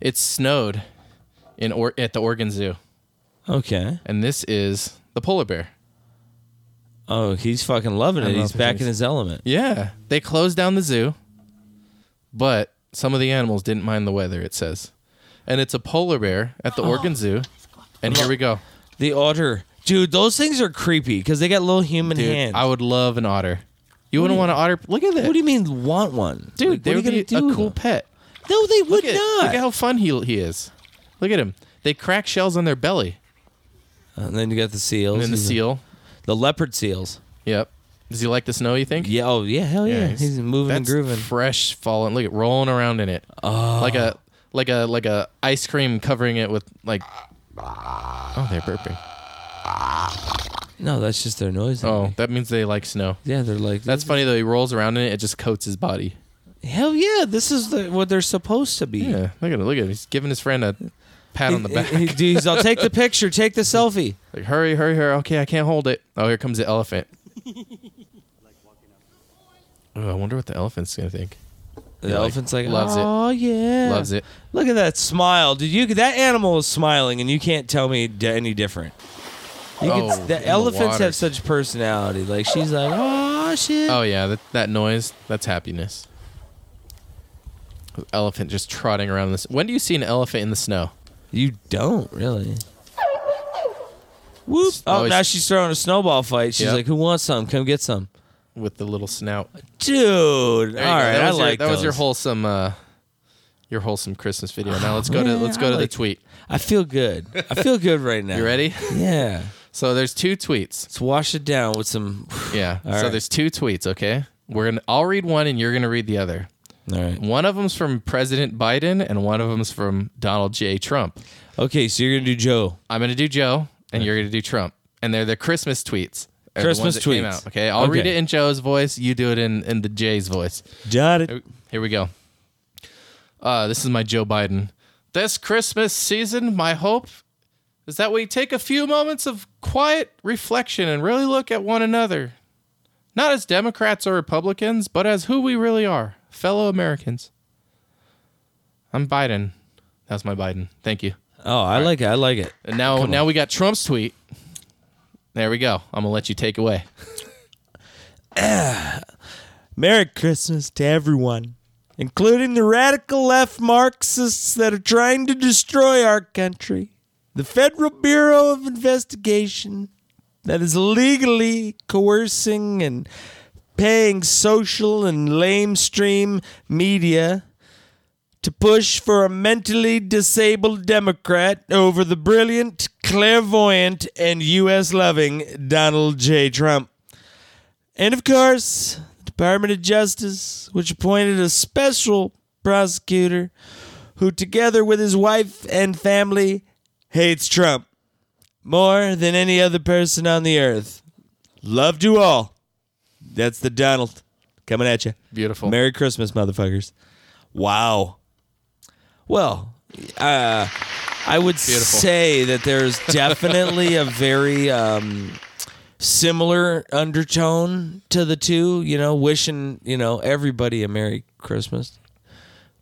it snowed in or- at the Oregon Zoo, okay. and this is the polar bear. Oh, he's fucking loving it. love He's the back face. in his element. Yeah, they closed down the zoo, but some of the animals didn't mind the weather. It says, and it's a polar bear at Oh. the Oregon Zoo. And here we go, The otter, dude, those things are creepy because they got little human dude. hands. I would love an otter. You wouldn't want an otter. Look at that, What do you mean want one, dude. Like, they what are would you be gonna do? a cool pet. No, they would Look at, not. look at how fun he he is. Look at him. They crack shells on their belly, and then you got the seals. and then the He's a- seal. the leopard seals. Yep. Does he like the snow? You think? Yeah. Oh yeah. Hell yeah. he's, moving and that's grooving. Ah. Fresh falling. Look at rolling around in it. like a like a like a ice cream covering it with like. Oh, they're burping. no, that's just their noise. Oh, that means they like snow. Yeah, they're like That's funny though. He rolls around in it. It just coats his body. Hell yeah! This is the, what they're supposed to be. Yeah. Look at him. Look at him. He's giving his friend a pat on the He- back. he- he- he's all, take the picture, take the selfie. [laughs] Like hurry, hurry, hurry. Okay, I can't hold it. Oh, here comes the elephant. oh, I wonder what the elephant's gonna think. The like, elephant's like, loves it. oh yeah, Loves it. Look at that smile, dude. You that animal is smiling, and you can't tell me d- any different. You Oh, can, in the the elephants water. have such personality. Like she's like, oh shit. Oh yeah, that that noise. That's happiness. Elephant just trotting around in this. When do you see an elephant in the snow? You don't really. Whoop! It's Oh, always- now she's throwing a snowball fight. She's Yep. like, "Who wants some? Come get some, with the little snout. dude." All right, There you go. that I was your, like that was your those. Oh, wholesome, uh, your wholesome Christmas video. Now let's go to Man, let's I go to like- the tweet. I feel good. I feel good right now. [laughs] You ready? Yeah. So there's two tweets. Let's wash it down with some. Yeah. All so right. there's two tweets. Okay. We're gonna. I'll read one and you're gonna read the other. All right. One of them's from President Biden and one of them's from Donald J. Trump. Okay, so you're gonna do Joe. I'm gonna do Joe and you're gonna do Trump. And they're the Christmas tweets. They're the ones Christmas that came tweets. out, okay. I'll read Okay. it in Joe's voice. You do it in in the J's voice. Got it. Here we go. Uh, this is my Joe Biden. This Christmas season, my hope is that we take a few moments of quiet reflection and really look at one another. Not as Democrats or Republicans, but as who we really are, fellow Americans. I'm Biden. That's my Biden. Thank you. Oh, I like it. I like it. And now, now we got Trump's tweet. There we go. I'm gonna let you take away. Merry Christmas to everyone, including the radical left Marxists that are trying to destroy our country. The Federal Bureau of Investigation that is legally coercing and paying social and lamestream media to push for a mentally disabled Democrat over the brilliant, clairvoyant, and U.S. loving Donald J. Trump. And of course, the Department of Justice, which appointed a special prosecutor who, together with his wife and family, hates Trump more than any other person on the earth. Love to all. That's the Donald coming at you. Beautiful. Merry Christmas, motherfuckers. Wow. Well, uh, I would say that there's definitely a very um, similar undertone to the two, you know, wishing, you know, everybody a Merry Christmas,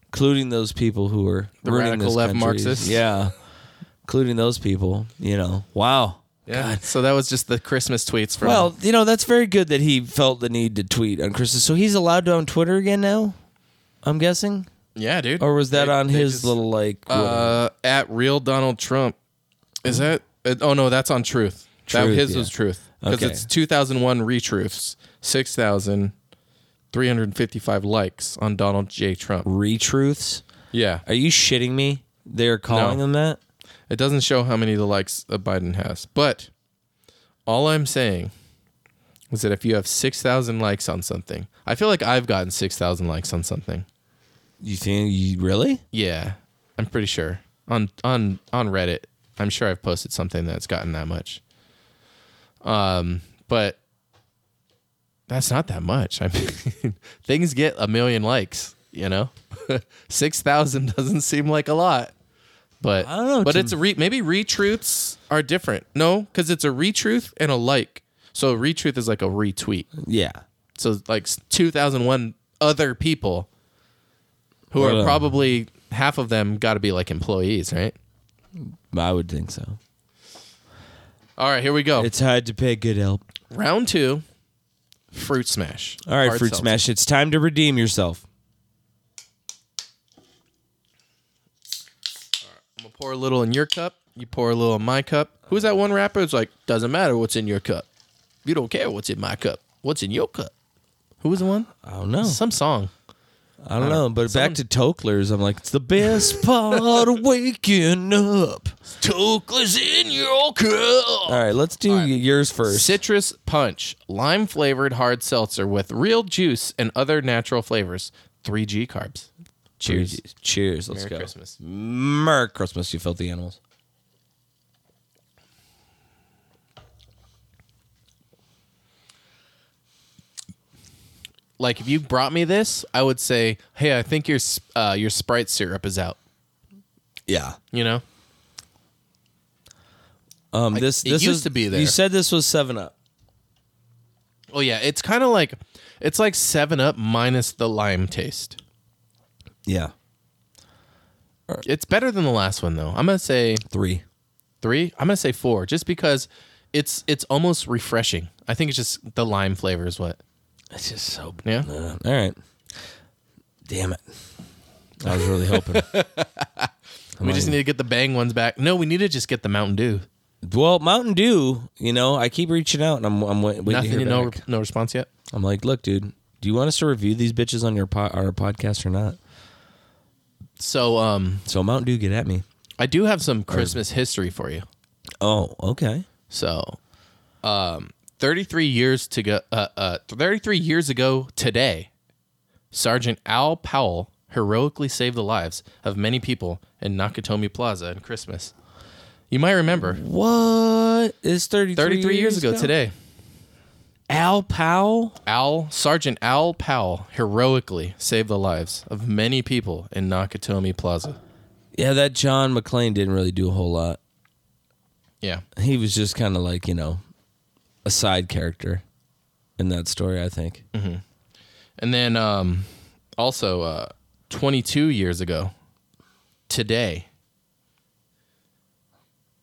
including those people who are The ruining radical this left country. Marxists. Yeah. Including those people, you know. Wow. Yeah. So that was just the Christmas tweets from. Well, you know, that's very good that he felt the need to tweet on Christmas. So he's allowed to on Twitter again now, I'm guessing? yeah, dude. Or was that They- on they his just- little, like, Uh, at real Donald Trump. Is that? uh, Oh no, that's on Truth. that Truth, his yeah. was Truth because Okay. it's 2001 retruths, 6,355 likes on Donald J. Trump. retruths? Yeah, Are you shitting me? They're calling No. them that? it doesn't show how many of the likes that Biden has, but all I'm saying is that if you have 6,000 likes on something, I feel like I've gotten 6,000 likes on something. You think you really? Yeah, I'm pretty sure on on on Reddit. I'm sure I've posted something that's gotten that much. Um, but that's not that much. I [laughs] mean, things get a million likes. You know, [laughs] six thousand doesn't seem like a lot, but I don't know, But Tim. it's a re- maybe retruths are different. No, because it's a retruth and a like. So a retruth is like a retweet. Yeah. So like 2001 other people who Well, are uh, probably half of them got to be like employees, right? I would think so. All right, here we go. It's hard to pay good help. round 2 Fruit Smash. All right, Hard Fruit seltzer. Smash, it's time to redeem yourself. I'm going to pour a little in your cup, you pour a little in my cup. Who's that one rapper? It's like doesn't matter what's in your cup. You don't care what's in my cup. What's in your cup? Who was the one? I don't know. Some song. I don't know. But back to Toklers, I'm like, it's the [laughs] best part of waking up. Tokla's in your cup. All right, let's do yours first. Citrus punch, lime flavored hard seltzer with real juice and other natural flavors. 3G carbs. Cheers. Cheers. Let's Merry go. Christmas. Merry Christmas, you filthy animals. Like if you brought me this, I would say, "Hey, I think your s- uh, your Sprite syrup is out." Yeah. You know, Um. this it this used is, to be You there. said this was Seven Up. Oh yeah, it's kind of like it's like Seven Up minus the lime taste. Yeah. It's better than the last one though. I'm gonna say Three. three. I'm gonna say four, just because it's it's almost refreshing. I think it's just the lime flavor is what. It's just so. Yeah. Uh, all right. Damn it. I was really hoping. [laughs] we just need to get the bang ones back. No, we need to just get the Mountain Dew. well, Mountain Dew. You know, I keep reaching out, and I'm I'm wait- waiting to Nothing. hear No back. no response yet. I'm like, look, dude. Do you want us to review these bitches on your po- our podcast or not? So um, So Mountain Dew, get at me. I do have some Christmas history for you. Oh, okay. So, um, 33 years to go, uh, uh, 33 years ago today, Sergeant Al Powell heroically saved the lives of many people in Nakatomi Plaza in Christmas. You might remember What is thirty 33 years, ago, today, Al Powell. Al Sergeant Al Powell heroically saved the lives of many people in Nakatomi Plaza. Yeah, that John McClane didn't really do a whole lot. Yeah. He was just kind of like you know, a side character in that story. I think. And then um, also uh, 22 years ago, today,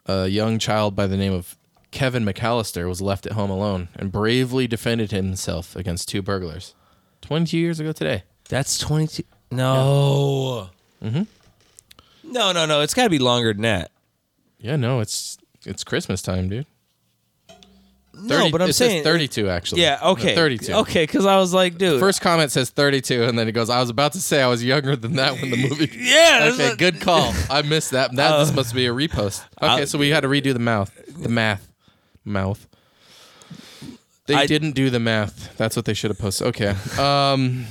a young child by the name of Kevin McAllister was left at home alone and bravely defended himself against two burglars. 22 years ago today. That's twenty two. No. Mm-hmm. No, no, no. It's got to be longer than that. Yeah, no, it's it's Christmas time, dude. no, but I'm it saying says 32 actually. Yeah. No, Okay. 32. Okay, because I was like, dude. First comment says 32 and then it goes I was about to say I was younger than [laughs] that when the movie Yeah. Okay, that's- good call. [laughs] I missed that. That this must be a repost. Okay, Oh. I'll- so we had to redo the mouth, the math, mouth. They I- didn't do the math. That's what they should have posted. Okay. Um,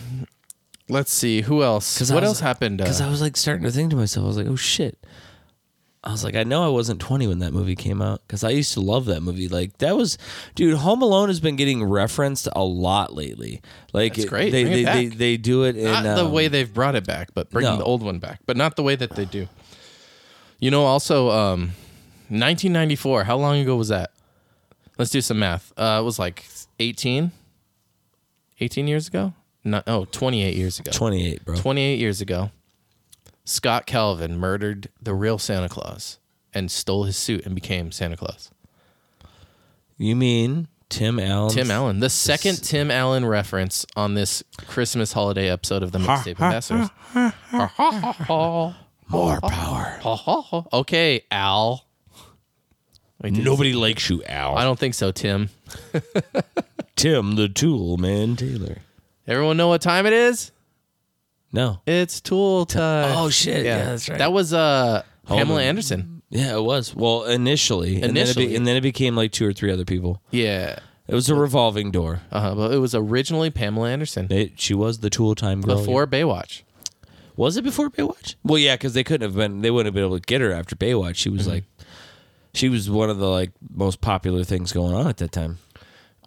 let's see who else. 'Cause I What was- else happened? Because Uh, I was like starting to think to myself, I was like, oh shit. I was like, I know I wasn't 20 when that movie came out because I used to love that movie. Like that was, dude. Home Alone has been getting referenced a lot lately. Like That's it- great. They Bring it they, they back. they do it in not the um, way they've brought it back, but bringing No. the old one back, but not the way that they do. You know, also, um, 1994. How long ago was that? Let's do some math. Uh, it was like 18, 18 years ago. No, oh, 28 years ago. 28, bro. 28 years ago, Scott Calvin murdered the real Santa Claus and stole his suit and became Santa Claus. You mean Tim Allen? Tim Allen, the second Tim Allen reference on this Christmas holiday episode of the Mixtape Ambassadors. More power. okay, Al. Wait, did- Nobody likes you, Al. I don't think so, Tim. Tim the Tool Man Taylor. Everyone know what time it is? No. It's tool time. Oh shit! Yeah, that's right. That was uh, Pamela Holman. Anderson. yeah, it was. Well, initially, and then, it Initially. be, and then it became like two or three other people. Yeah. It was a revolving door. Uh-huh, but it was originally Pamela Anderson It, she was the Tool Time girl. before Baywatch. Was it before Baywatch? Well, yeah, because they couldn't have been. They wouldn't have been able to get her after Baywatch. She was Mm-hmm. like, she was one of the like most popular things going on at that time. Mm-hmm.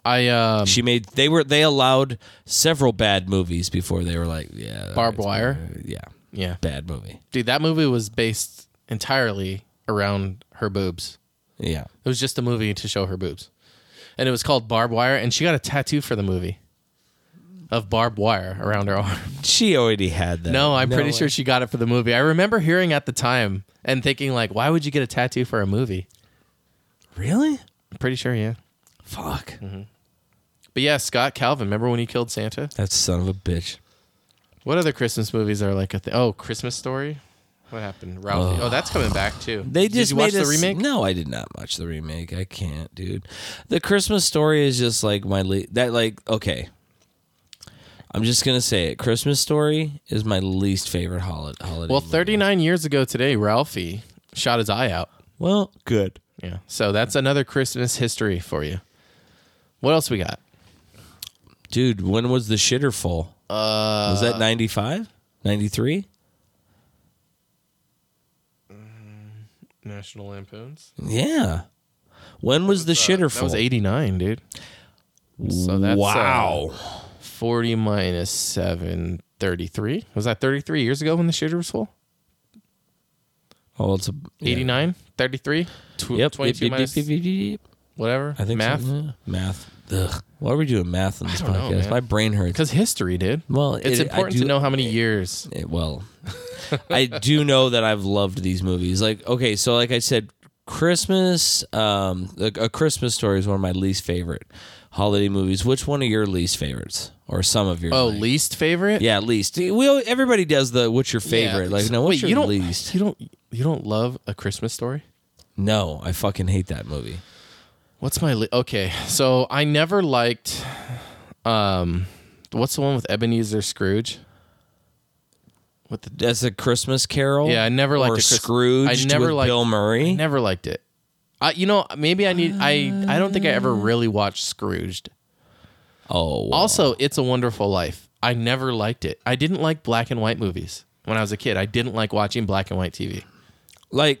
I um, She made they were they allowed several bad movies before they were like yeah that Barbed makes- Wire? yeah yeah. bad movie Dude, that movie was based entirely around her boobs. yeah It was just a movie to show her boobs. And it was called Barbed Wire, and she got a tattoo for the movie of barbed wire around her arm. [laughs] she already had that No, I'm pretty way. sure she got it for the movie. I remember hearing at the time and thinking, like, why would you get a tattoo for a movie? really I'm pretty sure, yeah. fuck But yeah, Scott Calvin, remember when he killed Santa? that son of a bitch What other Christmas movies are like a thing? Oh, Christmas Story? What happened? Ralphie. Oh, that's coming back too. They Did just you watch made the us- remake? No, I did not watch the remake. I can't, dude. The Christmas story is just like my le- that like okay. I'm just gonna say it. Christmas Story is my least favorite holi- holiday. Well, movie. 39 years ago today, Ralphie shot his eye out. Well, good. Yeah. So that's another Christmas history for you. What else we got? Dude, when was the shitter full? Uh, was that 95? 93? National Lampoons. Yeah. When was the shitter That full? was 89, dude. So that's uh, wow. 40 minus 7, 33. Was that 33 years ago when the shooter was full? oh, it's a, yeah. 89, 33, tw- Yep. 22 Yep, yep, minus yep, yep, yep, yep. whatever. I think so. math. Yeah. Math. Ugh. Why are we doing math in this don't know, podcast? man. My brain hurts. Because history, dude. Well, it's it- I important do- to know how many years. Eh, well, I do know that I've loved these movies. Like, okay, so like I said, Christmas, um, a, a Christmas Story is one of my least favorite holiday movies. Which one are your least favorites, or some of your? Oh, like- least favorite? yeah, least. We al- everybody does the what's your Yeah. favorite? Like, no, what's Wait, your you don't, [laughs] least? You don't, you don't love a Christmas story? No, I fucking hate that movie. What's my li- okay? So I never liked. Um, what's the one with Ebenezer Scrooge? What the? That's a Christmas Carol. Yeah, I never liked Oh, or a Christ- Scrooge. I never with liked Bill Murray. I never liked it. I, you know, maybe I need. I I don't think I ever really watched Scrooged. oh, wow. Also, It's a Wonderful Life. I never liked it. I didn't like black and white movies when I was a kid. I didn't like watching black and white TV. like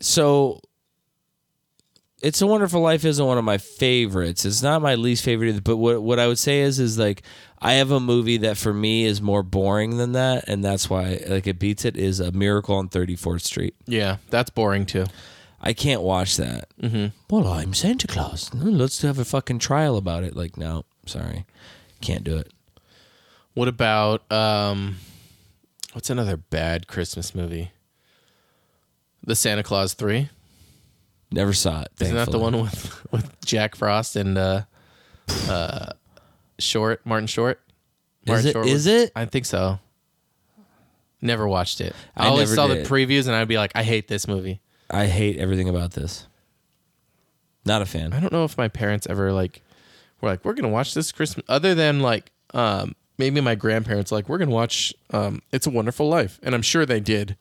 so it's a wonderful life isn't one of my favorites it's not my least favorite either, but what, what i would say is is like i have a movie that for me is more boring than that and that's why like it beats it is a miracle on 34th street Yeah, that's boring too. i can't watch that mm-hmm. well i'm santa claus let's have a fucking trial about it like no sorry can't do it What about um what's another bad Christmas movie? The Santa Claus 3? never saw it Isn't that the thankfully. one with with Jack Frost and uh uh Short, Martin Short? Martin it- is was- it? I think so. Never watched it. I, I always never saw did. the previews and I'd be like, I hate this movie. i hate everything about this not a fan I don't know if my parents ever like were like, we're gonna watch this Christmas other than like um maybe my grandparents like, we're gonna watch um It's a Wonderful Life. And I'm sure they did.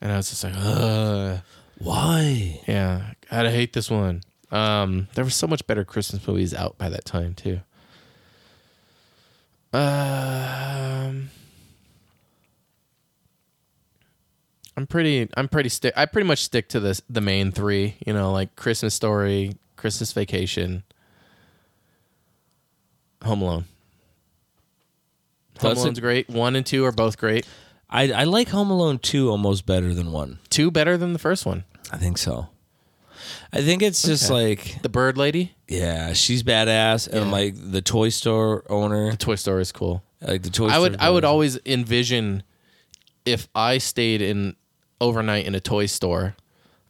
And I was just like, ugh. why Yeah, God, I hate this one. Um, there were so much better Christmas movies out by that time too. Um, I'm pretty. I'm pretty. Sti- I pretty much stick to the the main three. You know, like Christmas Story, Christmas Vacation, Home Alone. Home That's a- Alone's great. One and two are both great. I, I like home alone 2 almost better than 1 Two better than the first one. I think so. I think it's just like, The Bird Lady. yeah, she's badass, and like the toy store owner, Toy Story is cool. like the toy. I store would I would owner. always envision if I stayed in overnight in a toy store,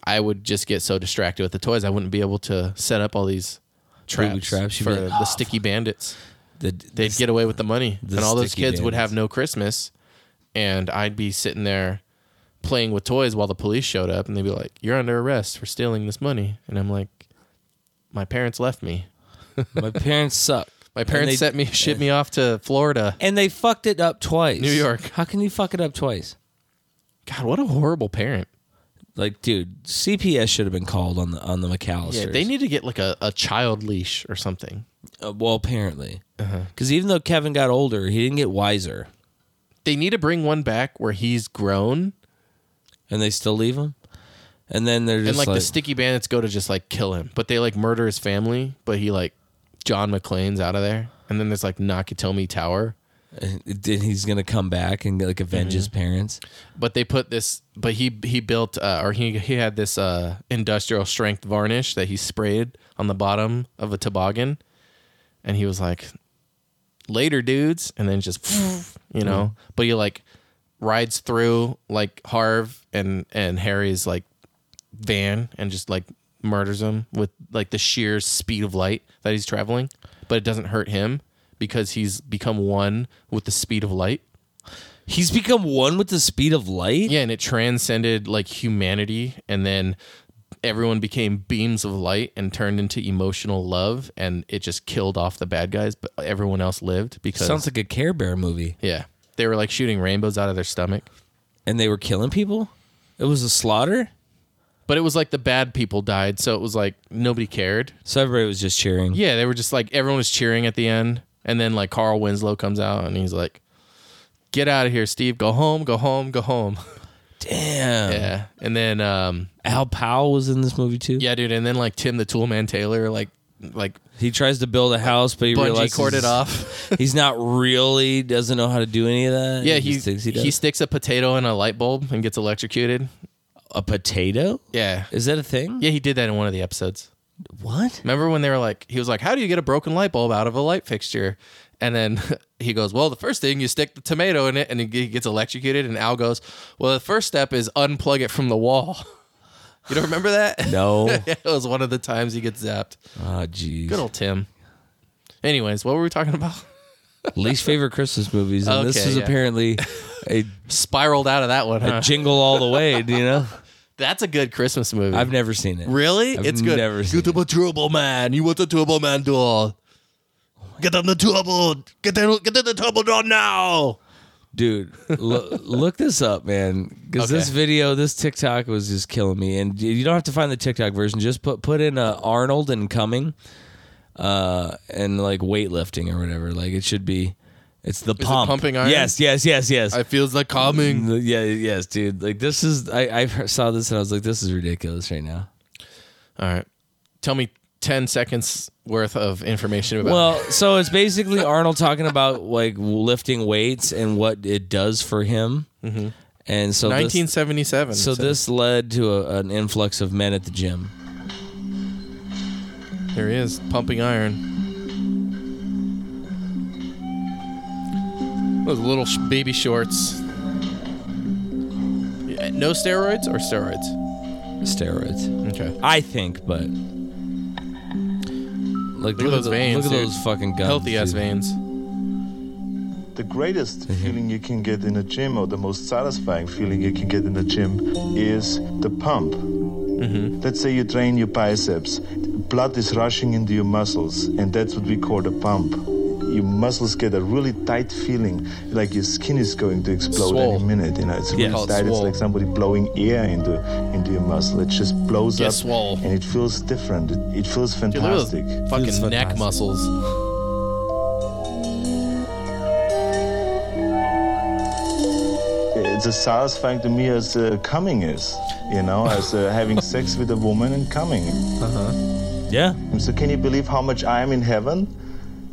I would just get so distracted with the toys I wouldn't be able to set up all these traps, traps, you'd for be like, the sticky bandits. The, They'd get away with the money, the and all those sticky kids would have bandits. no Christmas, and I'd be sitting there playing with toys while the police showed up, and they'd be like, "You're under arrest for stealing this money," and I'm like, "My parents left me. my parents suck. [laughs] My parents they- sent me, shipped me off to Florida." and they fucked it up twice. New York. How can you fuck it up twice? God, what a horrible parent. Like, dude, CPS should have been called on the on the McAllisters. Yeah, they need to get like a, a child leash or something. Uh, well, apparently, Uh-huh. because even though Kevin got older, he didn't get wiser, They need to bring one back where he's grown and they still leave him. And then they're just and like, like the sticky bandits go to just like kill him, but they like murder his family, but he like John McClane's out of there. And then there's like Nakatomi Tower, and then he's gonna come back and like avenge his Mm-hmm. parents. but they put this but he he built uh, or he he had this uh industrial strength varnish that he sprayed on the bottom of a toboggan and he was like later dudes and then just [laughs] you know but he like rides through like harv and and harry's like van and just like murders him with like the sheer speed of light that he's traveling but it doesn't hurt him because he's become one with the speed of light He's become one with the speed of light. yeah, and it transcended like humanity, and then everyone became beams of light and turned into emotional love, and it just killed off the bad guys, but everyone else lived because Sounds like a Care Bear movie. yeah, they were like shooting rainbows out of their stomach. And they were killing people? It was a slaughter? But it was like the bad people died, so it was like nobody cared. So everybody was just cheering. Yeah, they were just like everyone was cheering at the end, and then like Carl Winslow comes out and he's like, "Get out of here, Steve! Go home! Go home! Go home!" [laughs] Damn. yeah, and then um, Al Powell was in this movie too. yeah, dude, and then like Tim the Toolman Taylor, like like He tries to build a house, but he bungee realizes [laughs] corded off. he's not really doesn't know how to do any of that. yeah, he he just thinks he does. he sticks a potato in a light bulb and gets electrocuted. a potato. Yeah, Is that a thing? yeah, he did that in one of the episodes. [laughs] What? Remember when they were like, he was like, "How do you get a broken light bulb out of a light fixture?" And then [laughs] he goes, "Well, the first thing you stick the tomato in it, and he g- gets electrocuted." And Al goes, "Well, the first step is unplug it from the wall." [laughs] You don't remember [laughs] that? [laughs] No. it was one of the times he gets zapped. oh, jeez. Good old Tim. Anyways, what were we talking about? [laughs] Least favorite Christmas movies, and this Okay, was yeah. apparently a, Spiraled out of that one. a Huh? jingle all the way. You [laughs] know, That's a good Christmas movie. I've never seen it. really, I've it's good. never seen Get them the Turbo Man. You want the Turbo Man doll? Get them the Turbo. Get them. Get them the Turbo doll now. dude [laughs] lo- look this up man because this Okay. video this tiktok was just killing me and you don't have to find the tiktok version just put put in uh, arnold and coming uh and like weightlifting or whatever like it should be it's the pump pumping iron? yes yes yes yes I feels like coming. yeah yes dude like this is i i saw this and i was like this is ridiculous right now All right. Tell me 10 seconds worth of information about Well, so it's basically Arnold talking about like lifting weights and what it does for him. Mm-hmm. And so this- 1977. So this led to a, an influx of men at the gym. There he is, pumping iron. Those little sh- baby shorts. Yeah, No steroids or steroids? Steroids, Okay. I think, but like look, at at those the- veins, Look at dude. those fucking guns. Healthy ass dude. veins. The greatest Mhm. feeling you can get in a gym, or the most satisfying feeling you can get in a gym, is the pump. Mm-hmm. Let's say you train your biceps, blood is rushing into your muscles, and that's what we call the pump. Your muscles get a really tight feling, like your skin is going to explode Swole. any minute. You know, it's really Yeah, called tight. It's swole. like somebody blowing air into into your muscle. It just blows Get up, swole. and it feels different. It, it feels Dude, look at fantastic. Feels those fucking neck fantastic. muscles. it's as satisfying to me as uh, coming is, you know, as uh, having sex with a woman and coming. Yeah, So can you believe how much I am in heaven?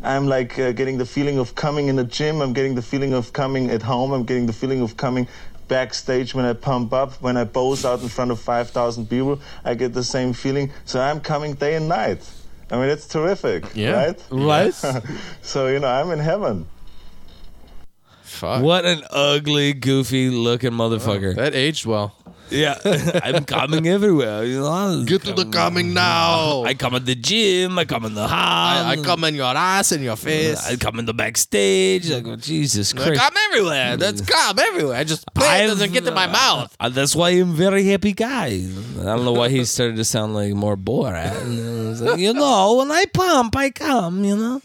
I'm like uh, getting the feeling of coming in the gym. I'm getting the feeling of coming at home. I'm getting the feeling of coming backstage when I pump up, when I pose out in front of 5,000 people. I get the same feeling. So I'm coming day and night. I mean, it's terrific, Yeah. right? [laughs] what? So, you know, I'm in heaven. Fuck. what an ugly, goofy looking motherfucker. That aged well. yeah, [laughs] I'm coming everywhere. You know? coming now. I come at the gym. I come in the house. in your ass and your face. I come in the backstage. Like oh, Jesus Christ. everywhere. That's cum everywhere. I just Mm. I've- Uh, that's why I'm very happy guy. I don't know why he started to sound like more Borat. You know, it's like, you know, when I pump, I come. You know.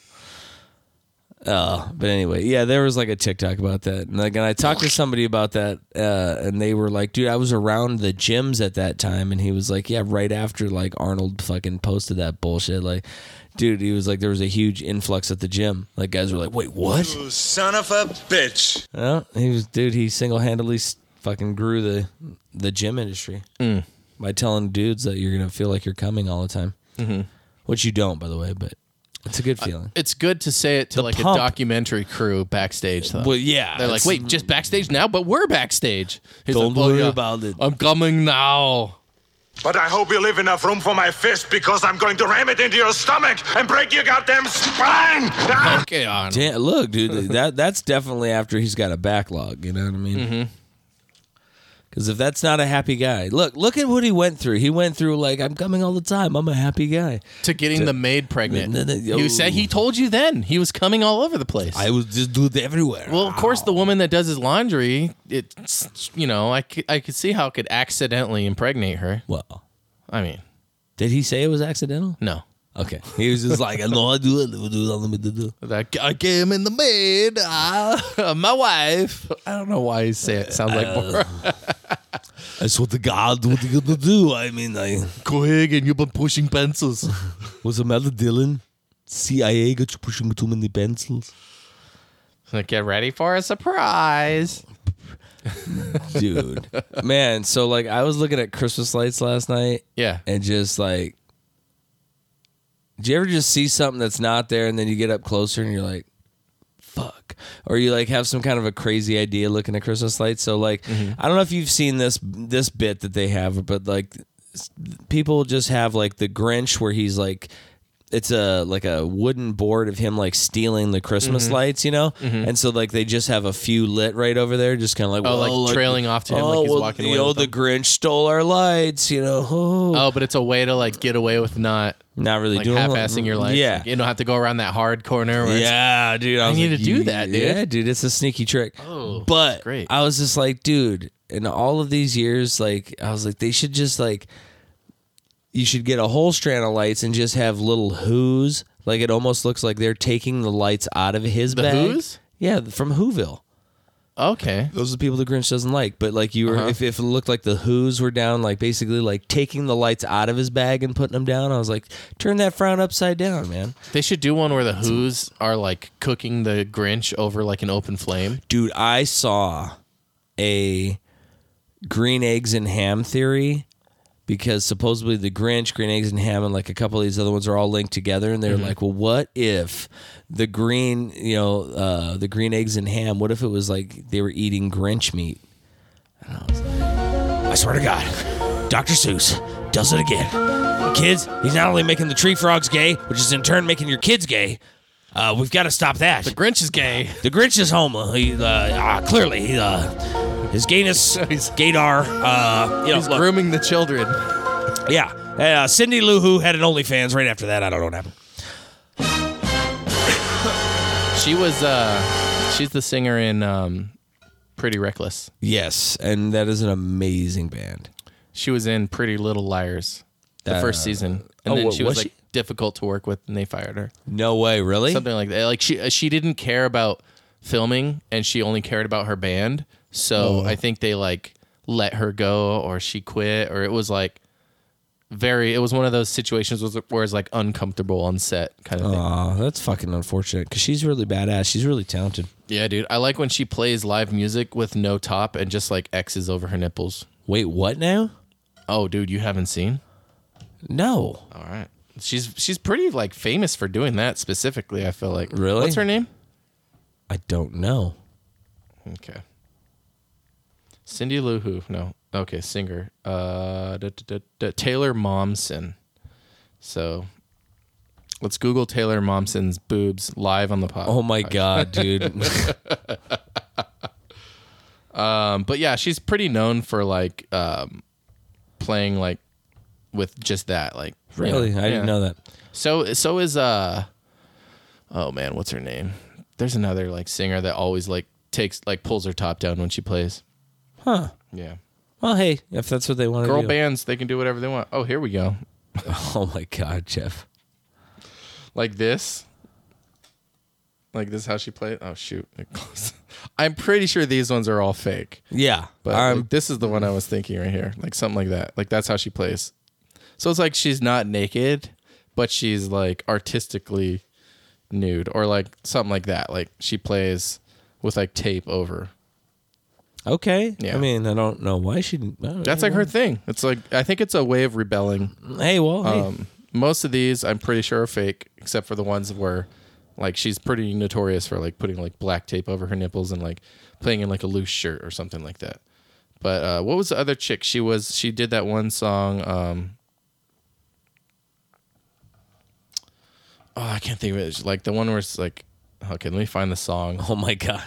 Uh, but anyway, yeah, there was like a TikTok about that, and like, and I talked to somebody about that, uh, and they were like, "Dude, I was around the gyms at that time," and he was like, "Yeah, right after like Arnold fucking posted that bullshit, like, dude, he was like, there was a huge influx at the gym. Like, guys were like, wait, what?" Son of a bitch. Well, he was dude. He single handedly fucking grew the the gym industry by telling dudes that you're gonna feel like you're coming all the time, mm-hmm. which you don't, by the way. But it's a good feeling. It's good to say it to like pump. a documentary crew backstage, though. well, yeah, They're like, it's- wait, just backstage now, but we're backstage. He's Don't like, "Oh, worry yeah. about it." I'm coming now. But I hope you leave enough room for my fist because I'm going to ram it into your stomach and break your goddamn spine. Ah! Okay, on. Damn, look, [laughs] dude, that that's definitely after he's got a backlog. You know what I mean? Because if that's not a happy guy, look, look at what he went through. He went through like, I'm coming all the time. I'm a happy guy. To getting the maid pregnant. No, no, no, He said he told you then he was coming all over the place. I was just dude everywhere. well, of course, the woman that does his laundry, it's you know, I could, I could see how it could accidentally impregnate her. well, I mean, Did he say it was accidental? no. Okay. He was just like, I know I do it. I do it, let me do it." That I came in the maid, uh, [laughs] my wife. I don't know why he say it sounds like Borat. [laughs] That's what the God, what you gonna do? I mean, I, Kohagen, you've been pushing pencils. what's the matter, Dylan? CIA got you pushing too many pencils. [laughs] like, get ready for a surprise. Dude. Man, so like I was looking at Christmas lights last night Yeah. and just like, do you ever just see something that's not there and then you get up closer and you're like, fuck? Or you like have some kind of a crazy idea looking at Christmas lights. So like, Mm-hmm. I don't know if you've seen this this bit that they have, but like, s- people just have like the Grinch where he's like. It's a like a wooden board of him like stealing the Christmas Mm-hmm. lights, you know, and so like they just have a few lit right over there, just kind of like Oh, like oh, "Whoa," trailing off to him like he's well, walking you away. know, with the them. Grinch stole our lights, you know. Oh, oh, but it's a way to like get away with not not really like doing half-assing your life. Yeah, Like, you don't have to go around that hard corner. Where it's- yeah, dude. I, was need like, to do "Ye- that, dude." Yeah, dude. It's a sneaky trick. Oh, but that's great. I was just like, dude. In all of these years, like I was like, they should just like, you should get a whole strand of lights and just have little who's. Like it almost looks like they're taking the lights out of his The bag. Who's? Yeah, from Whoville. okay. Those are the people the Grinch doesn't like. But like you were, Uh-huh. if, if it looked like the Who's were down, like basically like taking the lights out of his bag and putting them down, I was like, turn that frown upside down, man. They should do one where the Who's are like cooking the Grinch over like an open flame. Dude, I saw a green eggs and ham theory because supposedly the Grinch, green eggs and ham, and like a couple of these other ones are all linked together. And they're like, well, what if the green, you know, uh, the green eggs and ham, what if it was like they were eating Grinch meat? I swear to God, Dr. Seuss does it again. Kids, he's not only making the tree frogs gay, which is in turn making your kids gay. Uh, we've got to stop that. The, Grinch is gay. Grinch is homo. He, uh, ah, clearly, he, uh, his [laughs] gayness, his gaydar. Uh, you know, He's look, grooming the children. yeah. Uh, Cindy Lou Who had an OnlyFans right after that. I don't know what happened. She was uh she's the singer in um Pretty Reckless. Yes, and that is an amazing band. She was in Pretty Little Liars the first season. And oh, then wa- she was, was like she? difficult to work with and they fired her. No way, really? Something like that. Like she she didn't care about filming and she only cared about her band. Oh, So I think they like let her go or she quit or it was like very it was one of those situations was- where it's like uncomfortable on set kind of thing. Aw, that's fucking unfortunate because she's really badass. She's really talented. Yeah, dude. I like when she plays live music with no top and just like X's over her nipples. Wait, what now? Oh, dude, you haven't seen? No. All right. She's she's pretty like famous for doing that specifically, I feel like. Really? What's her name? I don't know. Okay. Cindy Lou Who. No. Okay, singer. Uh da, da, da, da, Taylor Momsen. So let's Google Taylor Momsen's boobs live on the pod. Oh [laughs] my god, dude. Um, but yeah, she's pretty known for like um playing like with just that, like you know, really? I yeah. didn't know that. So so is uh oh man, what's her name? There's another like singer that always like takes like pulls her top down when she plays. Huh. Yeah. Well, hey, if that's what they want to Girl do. bands, they can do whatever they want. Oh, here we go. Oh my god, Jeff. Like this. Like this how she played. Oh shoot. [laughs] Close. I'm pretty sure these ones are all fake. Yeah. But I'm like, this is the one I was thinking right here. Like something like that. Like that's how she plays. So it's like she's not naked, but she's like artistically nude or like something like that. Like she plays with like tape over. okay. Yeah. I mean, I don't know why she didn't. I don't That's like her thing. It's like I think it's a way of rebelling. Hey, well, hey. Um most of these I'm pretty sure are fake except for the ones where like she's pretty notorious for like putting like black tape over her nipples and like playing in like a loose shirt or something like that. But uh, what was the other chick? She was she did that one song. Um, oh, I can't think of it. It's like the one where it's like, okay, let me find the song. [laughs] oh my god.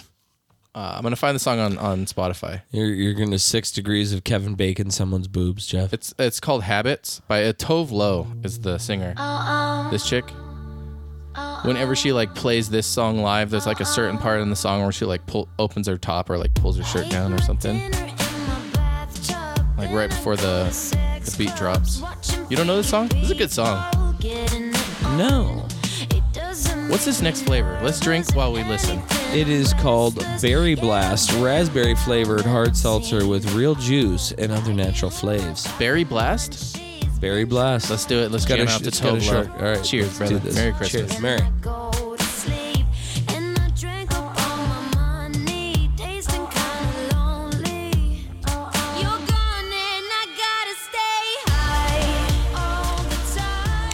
Uh, I'm gonna find the song on on Spotify. You're you're going to 6 degrees of Kevin Bacon someone's boobs, Jeff. It's it's called Habits by uh, Tove Lo is the singer. This chick. Whenever she like plays this song live, there's like a certain part in the song where she like pull opens her top or like pulls her shirt down or something. Like right before the, the beat drops. You don't know this song? This is a good song. No. What's this next flavor? Let's drink while we listen. It is called Berry Blast, raspberry flavored hard seltzer with real juice and other natural flavors. Berry Blast? Berry Blast. Let's do it. Let's Got jam a sh- out to it's got a Toblerone. shark. All right, Cheers, let's brother. do this. Merry Christmas. Cheers, Merry.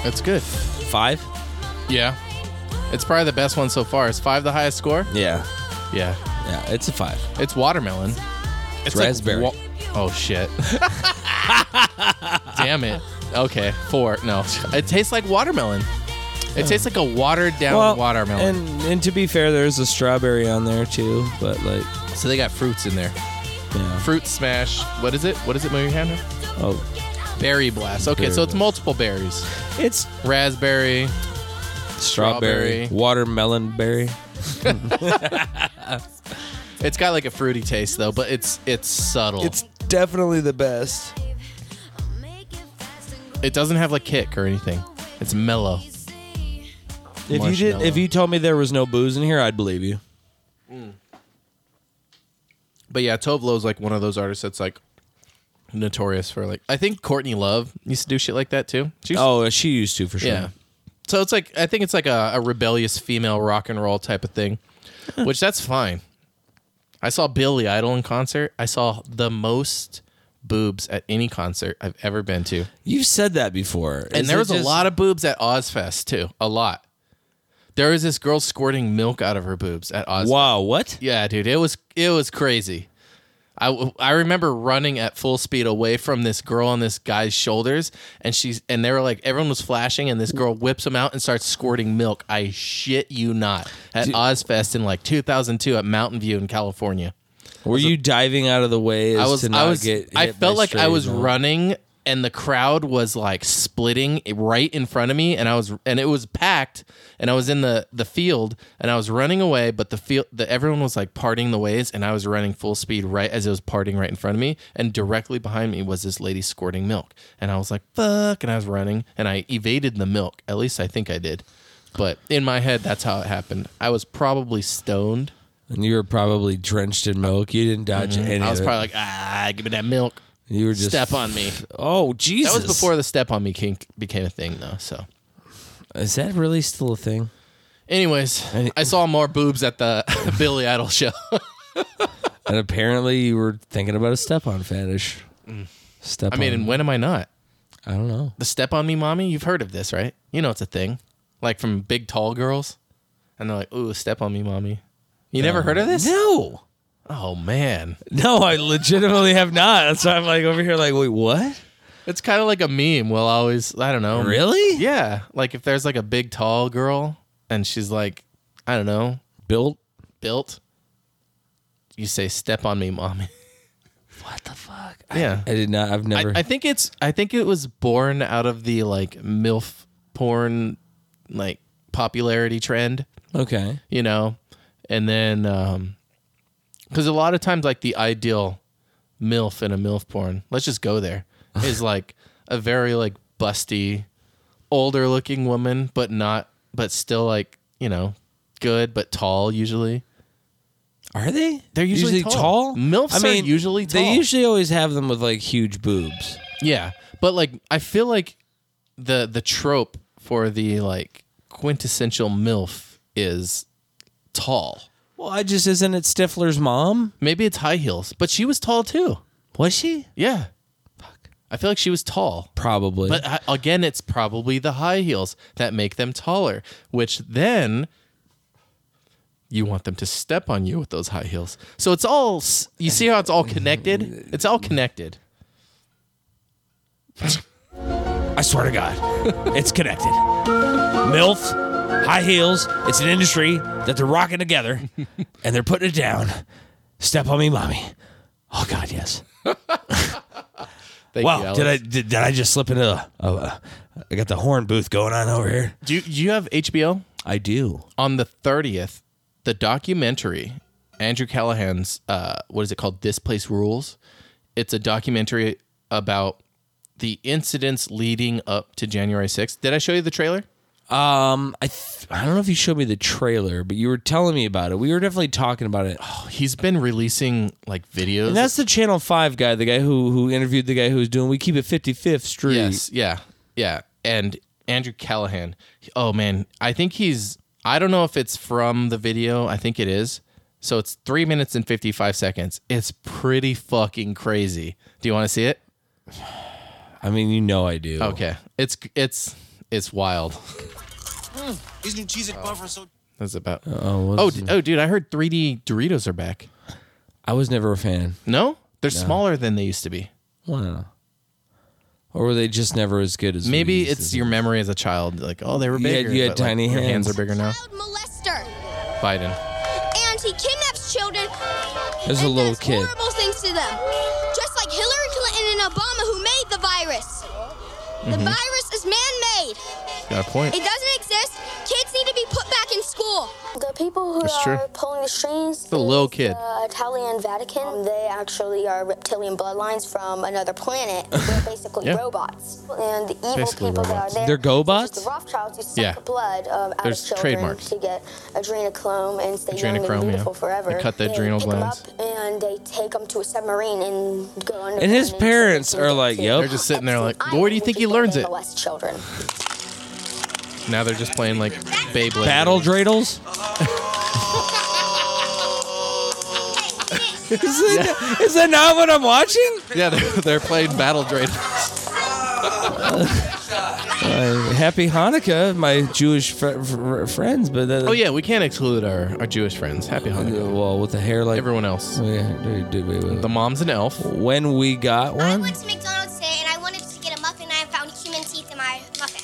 That's good. Five? Yeah. It's probably the best one so far. Is five the highest score? Yeah, Yeah. yeah. It's a five. It's watermelon. It's like Raspberry. wa- oh shit. [laughs] Damn it. Okay, four. [laughs] No, it tastes like watermelon. It tastes like a watered down watermelon. And and to be fair, there's a strawberry on there too, but like, so they got fruits in there. yeah. Fruit smash. What is it? What is it? Move your hand. up. Oh, Berry blast. Okay, Berry so it's blast. multiple berries. it's Raspberry. strawberry, Strawberry. watermelon berry. It's got like a fruity taste though, but it's it's subtle. definitely the best. it doesn't have like kick or anything. It's mellow. If you did, Marshmallow. if you told me there was no booze in here, I'd believe you. But yeah, Tovlo's like one of those artists that's like notorious for like I think Courtney Love used to do shit like that too. She used- Oh, she used to for sure. yeah. So it's like I think it's like a, a rebellious female rock and roll type of thing, which that's fine. I saw Billy Idol in concert. I saw the most boobs at any concert I've ever been to, You've said that before. and there was a lot of boobs at Ozfest too. A lot. There was this girl squirting milk out of her boobs at Ozfest. Wow, what? Yeah, dude, it was it was crazy. I, I remember running at full speed away from this girl on this guy's shoulders, and she's and they were like everyone was flashing, and this girl whips them out and starts squirting milk. I shit you not at Ozfest in like 2002 at Mountain View in California. Were you diving out of the way? As I was to not I was Get I hit felt by like I was strays, huh? running, and the crowd was like splitting right in front of me, and I was and it was packed, and I was in the the field, and I was running away, but the field the everyone was like parting the ways, and I was running full speed right as it was parting right in front of me, and directly behind me was this lady squirting milk, and I was like fuck, and I was running, and I evaded the milk. At least I think I did. But in my head, that's how it happened. I was probably stoned. and you were probably drenched in milk. You didn't dodge any. Mm-hmm. I was of it. probably like, ah, give me that milk. you were just Step on me. Oh Jesus! That was before the step on me kink became a thing, though. So, Is that really still a thing? anyways, I saw more boobs at the [laughs] Billy [laughs] Idol show. And apparently, you were thinking about a step on fetish. Step. Mm. I mean, on, and when am I not? I don't know. The step on me, mommy. You've heard of this, right? You know it's a thing, like from big tall girls, and they're like, "Ooh, step on me, mommy." You never heard of this? No, Oh man, no, I legitimately have not. That's why I'm like over here, like, wait, what? it's kind of like a meme. We'll always, I don't know, Really? Yeah, like if there's like a big tall girl and she's like, I don't know, Built. built, you say, "Step on me, mommy." [laughs] What the fuck? Yeah. I did not. I've never. I, I think it's I think it was born out of the like MILF porn like popularity trend, okay. you know? And then um because a lot of times like the ideal MILF in a MILF porn, let's just go there, is like a very like busty, older looking woman, but not but still like, you know, good but tall usually. Are they? They're usually tall. MILFs I are mean, usually They tall. usually always have them with like huge boobs. Yeah, but like I feel like the the trope for the like quintessential milf is tall. Well, I just isn't it Stifler's mom? Maybe it's high heels, but she was tall too. Was she? Yeah. I feel like she was tall. Probably. But I, again, it's probably the high heels that make them taller, which then you want them to step on you with those high heels. So it's all s- you see how it's all connected? It's all connected. I swear to God, [laughs] it's connected. MILF, high heels, it's an industry that they're rocking together and they're putting it down. Step on me, mommy. Oh, God, yes. Thank you, Wow, Alex. did I did, did I just slip into the. Oh, uh, I got the horn booth going on over here. do you, do you have HBO? I do. on the 30th, the documentary, Andrew Callahan's, uh, what is it called? This Place Rules. It's a documentary about the incidents leading up to January 6th. Did I show you the trailer? Um, I th- I don't know if you showed me the trailer, but you were telling me about it. We were definitely talking about it. He's been releasing like videos. And that's the Channel Five guy, the guy who who interviewed the guy who was doing. We keep it Fifty Fifth Street. yes, yeah, yeah. And Andrew Callahan. Oh man, I think he's. I don't know if it's from the video. I think it is. So it's three minutes and fifty five seconds. It's pretty fucking crazy. Do you want to see it? I mean you know I do. Okay, it's it's it's wild. Mm, These new cheese and butter are so Oh. That's about. Oh, what's- Oh, d- oh, dude, I heard 3D Doritos are back. I was never a fan. No, they're smaller than they used to be. Wow. Or were they just never as good as we Maybe used it's to your memory as a child. Like, oh, they were You had- bigger. you had but, like, tiny your hands. hands. are bigger now. child molester, Biden. and he kidnaps children. There's a and little does kid. Horrible things to them, just like Hillary Clinton and Obama, who made the virus. The Mm-hmm. virus is man-made. Got a point. It doesn't exist. Kids need to be put back in school. The people who That's are true. pulling the strings, Uh, The little is kid. the Italian Vatican. They actually are reptilian bloodlines from another planet. They're basically Yeah. robots, and the evil Basically people robots. that are there. They're such as GoBots? The Rothschilds who suck Yeah. the blood um, out There's of children trademarks. to get adrenochrome and stay young Adrenochrome, and yeah. beautiful forever. They cut the They adrenal pick 'em glands. up and they take them to a submarine and go under. And his parents are like, They're "Yep, just sitting there like, where do you think he learns it? Molest children. Now they're just playing like Beyblade. [laughs] battle dreidels." is, that, is that not what I'm watching? Yeah, they're, [laughs] they're playing battle dreidel. Uh, happy Hanukkah, my Jewish fr- fr- friends. But that, [laughs] Oh yeah, we can't exclude our, our Jewish friends. Happy Hanukkah. well, with the hair like oh, Everyone else. Yeah, dude, dude, wait, wait, The mom's an elf. wait. when we got I one, went to McDonald's today, and I wanted to get a muffin, and I found human teeth in my muffin.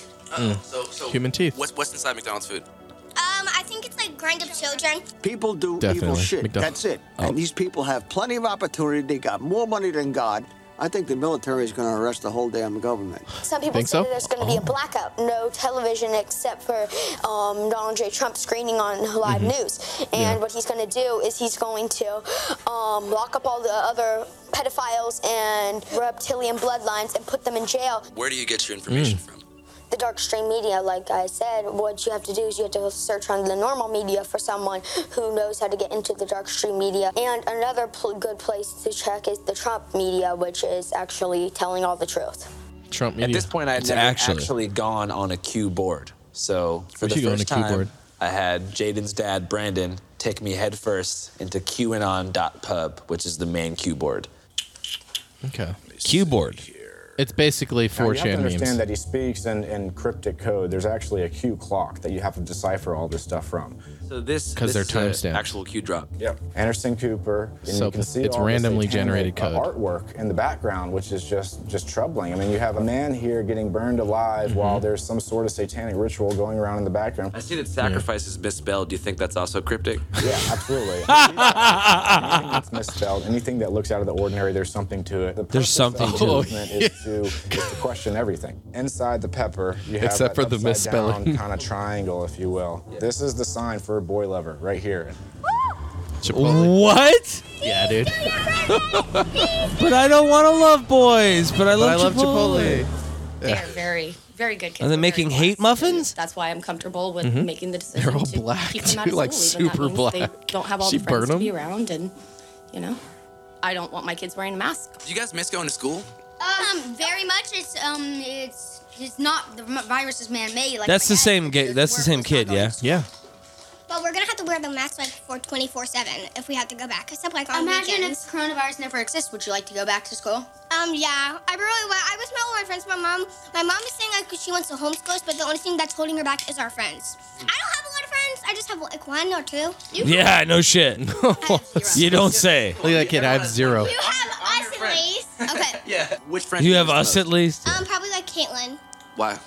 So, so Human teeth. What's, what's inside McDonald's food? Um, I think it's like grind up children. People do evil Definitely. shit. McDuff- That's it. And these people have plenty of opportunity. They got more money than God. I think the military is going to arrest the whole damn government. Some people Think say so? Oh. that there's going to be a blackout, no television except for um, Donald J. Trump screening on live news. And what he's going to do is he's going to um, lock up all the other pedophiles and reptilian bloodlines and put them in jail. Where do you get your information from? The dark stream media, like I said, what you have to do is you have to search on the normal media for someone who knows how to get into the dark stream media. And another pl- good place to check is the Trump media, which is actually telling all the truth. Trump At media. this point, I had It's never actually- actually. gone on a cue board. So for We the should go on first a cue time, board. I had Jaden's dad, Brandon, take me headfirst into QAnon.pub, which is the main cue board. Okay. cue board. It's basically 4chan memes. that he speaks in, in cryptic code. There's actually a Q clock that you have to decipher all this stuff from. So this 'Cause this they're is a timestamped. actual cue drop. Yep. Anderson Cooper. And So you can see it's all this randomly satanic, generated code. uh, artwork in the background, which is just just troubling. I mean, you have a man here getting burned alive while there's some sort of satanic ritual going around in the background. I see that sacrifice is misspelled. Do you think that's also cryptic? Yeah, absolutely. [laughs] anything that's misspelled, anything that looks out of the ordinary, there's something to it. The There's purpose something of to Oh, the it. [laughs] movement is to, is to question everything. Inside the pepper, you have Except that for the [laughs] misspelling. kind of triangle, if you will. This is the sign for a boy lover right here. [laughs] Chipotle. What? Yeah, dude. But I don't want to love boys. But I love, I love Chipotle. They are very, very good. Kids. Are they They're making very hate blessed, and muffins? That's why I'm comfortable with making the decision. Mm-hmm. [laughs] They're all to black, keep them out too, of like school, even though super that means black. They don't have all She the friends burn to be 'em? around, and you know, I don't want my kids wearing a mask. Do you guys miss going to school? Um, very much. It's um, it's it's not the virus is man-made. Like That's my the dad same. said, Ga- it's that's the work, same it's kid. not going Yeah. Yeah. But we're gonna have to wear the mask like for 24/7 if we have to go back, except like on Imagine if coronavirus never exists. Would you like to go back to school? Um, yeah. I really want. I was with all my friends. My mom, my mom is saying like she wants to homeschool us, but the only thing that's holding her back is our friends. I don't have a lot of friends. I just have like one or two. You Yeah. No shit. [laughs] you don't say. Look at that kid. I have zero. You have us at least. Okay. Yeah. Which friend? do You have miss us the at most? least. Um, probably like Caitlin, Why?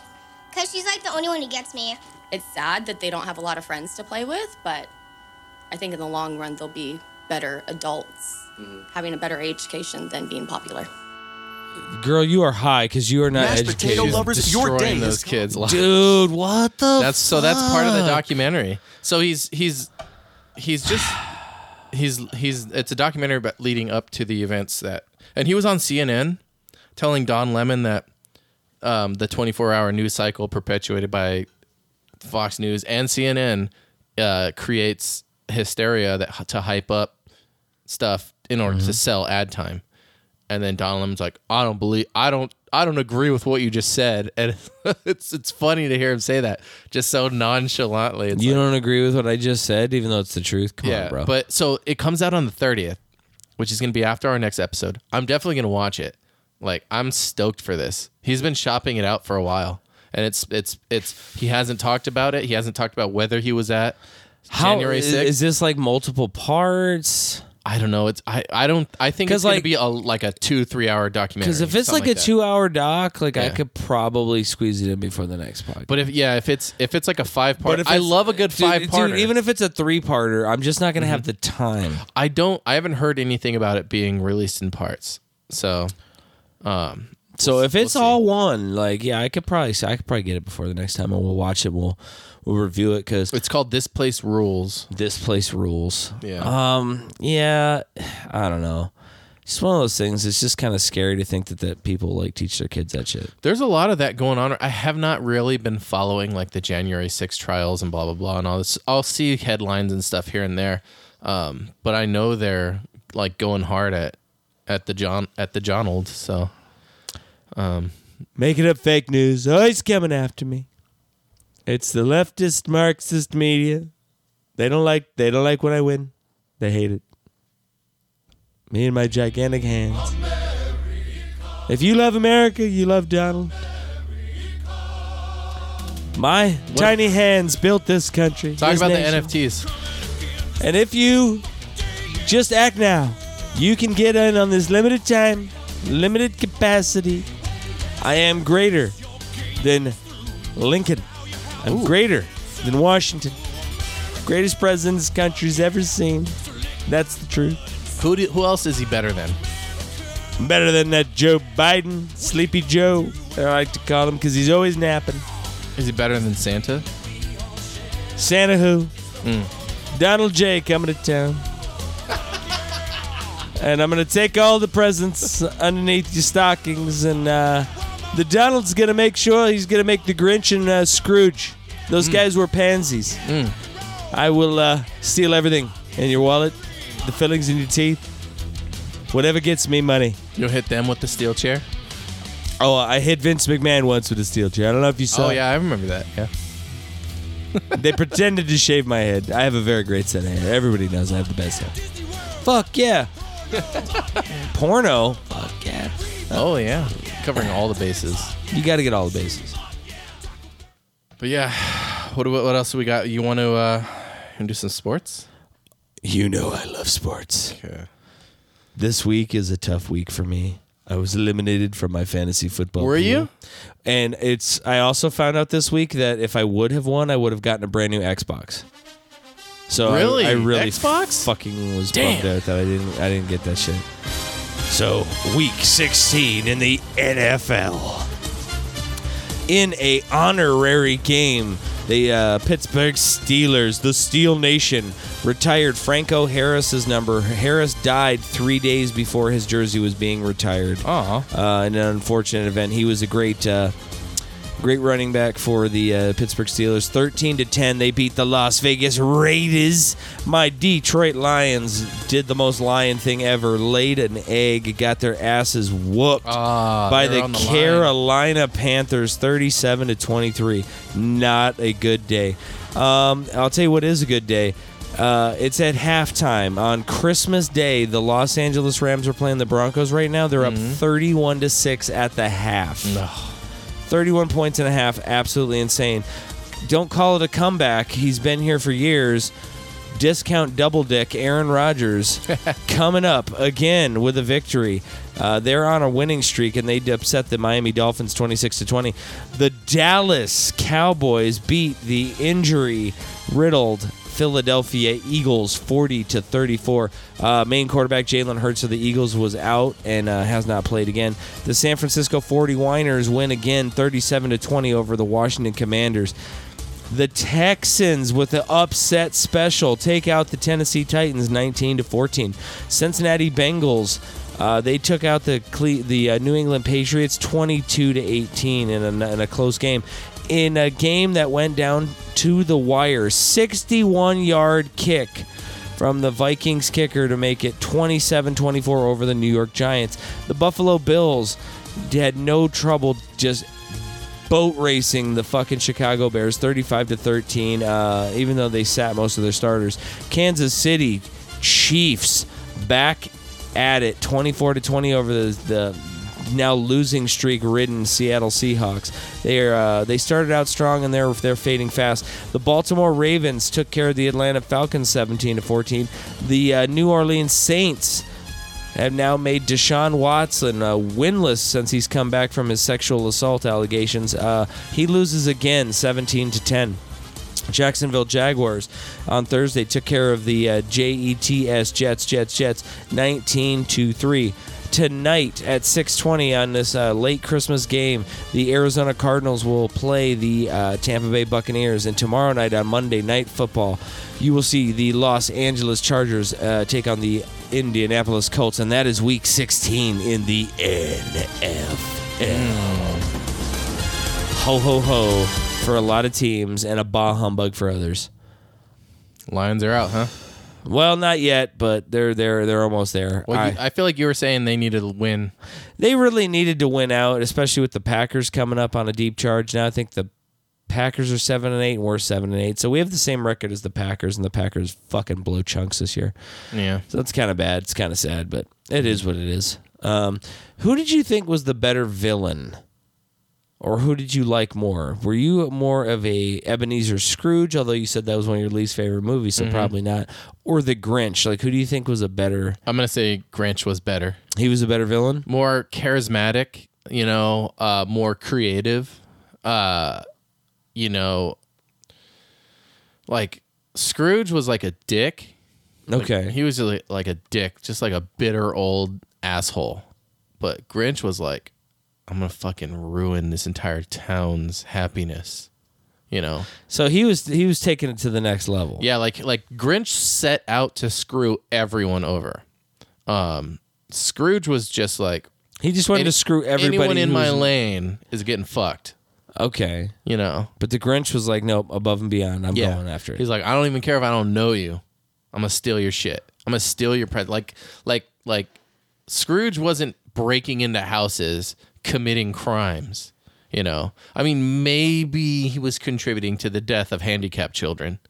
cause she's like the only one who gets me. It's sad that they don't have a lot of friends to play with, but I think in the long run they'll be better adults, having a better education than being popular. Girl, you are high because you are not Mashed educated. potato She's lovers, destroying your day is those kids' lives. Dude, what the? That's so. That's part of the fuck? documentary. So he's he's he's just he's he's. It's a documentary, but leading up to the events that, and he was on CNN telling Don Lemon that um, the 24 hour news cycle perpetuated by Fox News and CNN uh, creates hysteria that to hype up stuff in order to sell ad time. And then Don Lemon's like, I don't believe, I don't, I don't agree with what you just said, [laughs] and it's it's funny to hear him say that just so nonchalantly. It's you don't agree with what I just said, even though it's the truth. Come yeah, on, bro. But so it comes out on the 30th, which is going to be after our next episode. I'm definitely going to watch it. Like I'm stoked for this. He's been shopping it out for a while, and it's it's it's he hasn't talked about it. He hasn't talked about whether he was at How- January is- 6th. is this like multiple parts? I don't know. It's I I don't I think 'Cause, it's going to like- be a like a two three hour documentary. Because if it's something like, a that. two-hour doc, like I Yeah. could probably squeeze it in before the next podcast. But if yeah, if it's if it's like a five part, But if I it's- love a good Mm-hmm. dude, five part. Dude, even if it's a three-parter, I'm just not gonna have the time. I don't. I haven't heard anything about it being released in parts. So, um, So if it's all one, like yeah, I could probably I could probably get it before the next time, and we'll watch it. We'll we'll review it because it's called This Place Rules. This place rules. Yeah. Um. Yeah. I don't know. It's one of those things. It's just kind of scary to think that that people like teach their kids that shit. there's a lot of that going on. I have not really been following like the January 6 trials and blah blah blah and all this. I'll see headlines and stuff here and there, um, but I know they're like going hard at at the John at the Johnald. So, um, Making up fake news. Oh, he's coming after me. It's the leftist Marxist media. They don't like they don't like when I win. They hate it. Me and my gigantic hands. If you love America, you love Donald. My tiny hands built this country. talk this about nation. the NFTs. And if you just act now, you can get in on this limited time, limited capacity. I am greater than Lincoln. I'm greater than Washington. Greatest president this country's ever seen. That's the truth. Who do, who else is he better than? Better than that Joe Biden, Sleepy Joe, I like to call him, because he's always napping. Is he better than Santa? Santa who? Donald J coming to town. and I'm going to take all the presents underneath your stockings. And uh, the Donald's going to make sure he's going to make the Grinch and uh, Scrooge. Those guys were pansies. I will uh, steal everything in your wallet, the fillings in your teeth, whatever gets me money. You'll hit them with the steel chair. Oh, I hit Vince McMahon once with a steel chair. I don't know if you saw oh it. yeah, I remember that. Yeah. they pretended to shave my head. I have a very great set of hair. Everybody knows I have the best hair. Fuck yeah. [laughs] Porno. Fuck yeah. Oh yeah, covering all the bases. You got to get all the bases. But yeah, what do- what else do we got? You want to uh, do some sports? You know I love sports. Okay. This week is a tough week for me. I was eliminated from my fantasy football. Were pool. you? And it's. I also found out this week that if I would have won, I would have gotten a brand new Xbox. So I- Really? I, really Xbox? fucking was Damn. bummed out that I didn't. I didn't get that shit. So week 16 in the NFL. In a honorary game, the uh, Pittsburgh Steelers, the Steel Nation, retired Franco Harris's number. Harris died three days before his jersey was being retired. Aw. Uh, in an unfortunate event, he was a great. Uh, Great running back for the uh, Pittsburgh Steelers. 13 to 10, they beat the Las Vegas Raiders. My Detroit Lions did the most lion thing ever. Laid an egg, got their asses whooped Ah, by they're the, on the line. Carolina Panthers, 37 to 23. Not a good day. Um, I'll tell you what is a good day. Uh, it's at halftime on Christmas Day. The Los Angeles Rams are playing the Broncos right now. They're Mm-hmm. up 31 to six at the half. 31 points and a half. Absolutely insane. Don't call it a comeback. He's been here for years. Discount double dick Aaron Rodgers coming up again with a victory. Uh, they're on a winning streak and they upset the Miami Dolphins 26 to 20. The Dallas Cowboys beat the injury riddled Philadelphia Eagles 40 to 34. Uh, main quarterback Jalen Hurts of the Eagles was out and uh, has not played again. The San Francisco 49ers win again 37 to 20 over the Washington Commanders. The Texans with the upset special take out the Tennessee Titans 19 to 14. Cincinnati Bengals Uh, they took out the Cle- the uh, New England Patriots 22 to 18 in a, in a close game, in a game that went down to the wire. 61 yard kick from the Vikings kicker to make it 27-24 over the New York Giants. The Buffalo Bills had no trouble just boat racing the fucking Chicago Bears 35 to 13 uh, even though they sat most of their starters. Kansas City Chiefs back at it 24 to 20 over the, the now losing streak ridden Seattle Seahawks. They are uh, they started out strong and they're they're fading fast. The Baltimore Ravens took care of the Atlanta Falcons 17 to 14. The uh, New Orleans Saints have now made Deshaun Watson uh, winless since he's come back from his sexual assault allegations. Uh, he loses again 17 to 10. Jacksonville Jaguars on Thursday took care of the uh, JETS Jets Jets Jets 19 to 3. Tonight at 6:20 on this uh, late Christmas game, the Arizona Cardinals will play the uh, Tampa Bay Buccaneers, and tomorrow night on Monday Night Football, you will see the Los Angeles Chargers uh, take on the Indianapolis Colts, and that is Week 16 in the NFL. Ho ho ho for a lot of teams, and a bah humbug for others. Lions are out, huh? Well, not yet, but they're they're they're almost there. Well, I- you, I feel like you were saying they needed to win. they really needed to win out, especially with the Packers coming up on a deep charge. Now I think the Packers are seven and eight, and we're seven and eight, so we have the same record as the Packers, and the Packers fucking blow chunks this year. Yeah. so it's kind of bad. It's kind of sad, but it is what it is. Um, who did you think was the better villain, or who did you like more? Were you more of a Ebenezer Scrooge, although you said that was one of your least favorite movies, so Mhm. probably not, or the Grinch? Like, who do you think was a better? I'm gonna say Grinch was better. He was a better villain, more charismatic, you know, uh, more creative, uh, you know, like Scrooge was like a dick. Like, Okay. he was like, like a dick, just like a bitter old asshole. But Grinch was like, I'm gonna fucking ruin this entire town's happiness, you know. So he was he was taking it to the next level. Yeah, like like Grinch set out to screw everyone over. Um Scrooge was just like He just wanted to screw everybody Anyone in who my was- lane is getting fucked. Okay, you know, but the Grinch was like, nope, above and beyond. I'm yeah. going after it. He's like, I don't even care if I don't know you. I'm gonna steal your shit. I'm gonna steal your present. Like like like Scrooge wasn't breaking into houses, committing crimes. You know, I mean, maybe he was contributing to the death of handicapped children.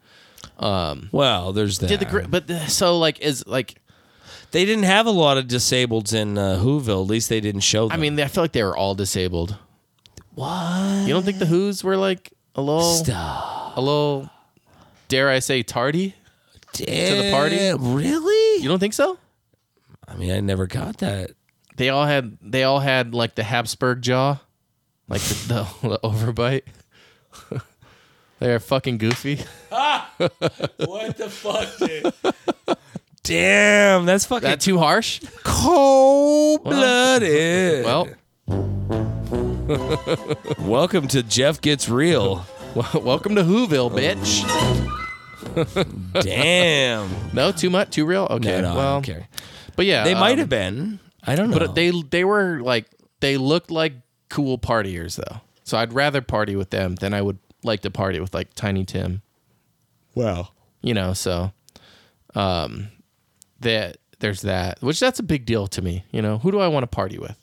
Um, well, there's that. Did the Gr- but the, so like is like They didn't have a lot of disabled in uh, Whoville. At least they didn't show them. I mean, I feel like they were all disabled. What? You don't think the Who's were like a little, a little, dare I say, tardy to the party? Damn, really? You don't think so? I mean, I never got that. They all had, they all had like the Habsburg jaw, like the, the, [laughs] the overbite. They're fucking goofy. [laughs] what the fuck, dude? Damn, that's fucking. That too harsh? Cold blooded. Well. [laughs] Welcome to Jeff Gets [laughs] Real. Welcome to Whoville, bitch. Damn. No, too much, too real. Okay, no, I don't well, care. But yeah, They might um, have been. I don't know. But they they were like they looked like cool partiers though. So I'd rather party with them than I would like to party with like Tiny Tim. Wow. You know, so um that there's that, which that's a big deal to me, you know. Who do I want to party with?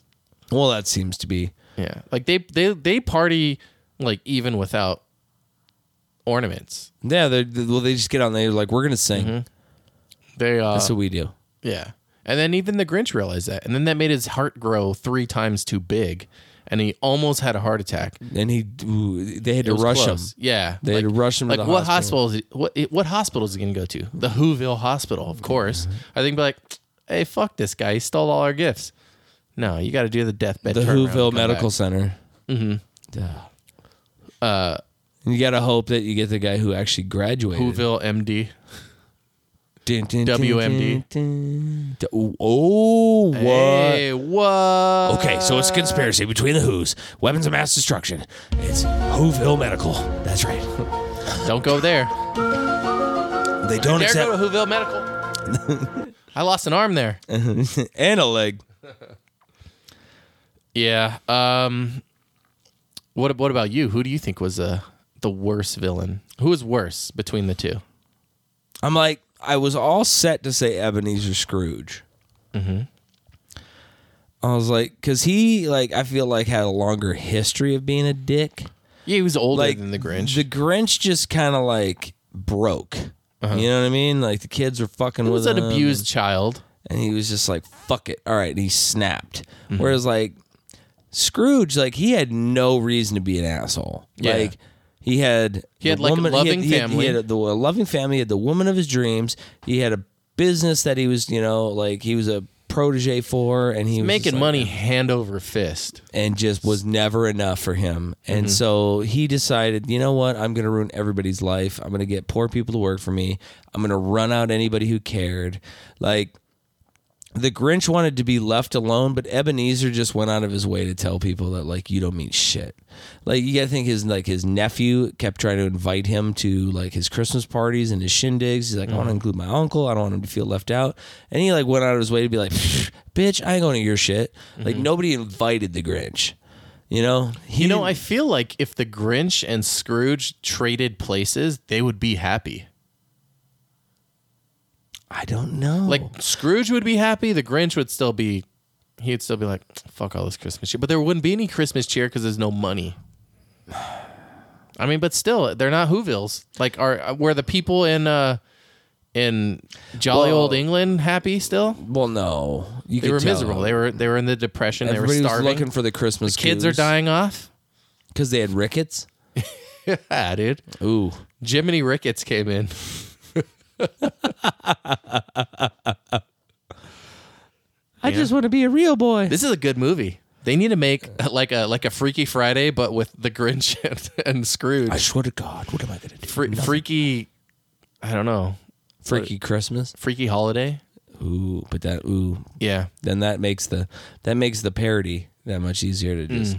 Well, that seems to be Yeah. Like they they they party like even without ornaments. Yeah, they they- well, they just get on there like we're gonna sing. Mm-hmm. They uh That's what we do. Yeah. And then even the Grinch realized that. And then that made his heart grow 3 times too big and he almost had a heart attack. And he, ooh, they had It to was rush close. him. Yeah, they had to rush him. Like to the what hospital. hospital? is he, what it- what hospital is he going to go to? The Whoville Hospital, of course. I think be like, hey, fuck this guy. He stole all our gifts. No, you got to do the deathbed. The turnaround and Whoville come Medical back. Center. Mhm. Uh, You gotta hope that you get the guy who actually graduated. Whoville MD. Dun, dun, dun, WMD. dun, dun, dun. Oh, what? Oh. Hey, what? Okay, so it's a conspiracy between the Who's. Weapons of mass destruction. It's Whoville Medical. That's right. Don't go there. They don't Dare accept. [laughs] go to Whoville Medical. I lost an arm there. and a leg. Yeah. Um, what What about you? Who do you think was uh, the worst villain? Who was worse between the two? I'm like, I was all set to say Ebenezer Scrooge. Mm-hmm. I was like, because he, like, I feel like had a longer history of being a dick. Yeah, he was older Like, than the Grinch. The Grinch just kind of like broke. You know what I mean? Like the kids were fucking He with Uh-huh. was an him abused and- child, and he was just like, "Fuck it, all right." And he snapped. Mm-hmm. Whereas like Scrooge, like he had no reason to be an asshole. Yeah. Like he had He had, the like, a woman- he loving he had- family. He had, the loving family. He had the woman of his dreams. He had a business that he was, you know, like he was a protege for, and he was making just, like, money hand over fist. and just was never enough for him. And Mhm. so he decided, you know what? I'm going to ruin everybody's life. I'm going to get poor people to work for me. I'm going to run out anybody who cared. Like the Grinch wanted to be left alone, but Ebenezer just went out of his way to tell people that like you don't mean shit. Like you got to think his like his nephew kept trying to invite him to like his Christmas parties and his shindigs. He's like, I Mm-hmm. want to include my uncle. I don't want him to feel left out. And he like went out of his way to be like, bitch, I ain't going to your shit. Like nobody invited the Grinch. You know, he Mm-hmm. you know, I feel like if the Grinch and Scrooge traded places, they would be happy. I don't know. Like Scrooge would be happy, the Grinch would still be he'd still be like, fuck all this Christmas cheer. But there wouldn't be any Christmas cheer because there's no money. [sighs] I mean, but still, they're not Whovilles. Like are uh, were the people in uh in jolly Well- old England happy still? Well, no. You they could were tell. miserable. They were they were in the depression, everybody they were was starving. looking for the Christmas. The kids are dying off. because they had rickets. yeah, Ah, dude. Ooh. Jiminy Ricketts came in. [laughs] I just want to be a real boy. This is a good movie. They need to make uh, like a like a Freaky Friday, but with the Grinch [laughs] and, and Scrooge. I swear to God, what am I gonna do? Fre- Nothing. freaky, I don't know. Freaky uh, Christmas. Freaky holiday. Ooh, but that ooh, Yeah. then that makes the that makes the parody that much easier to just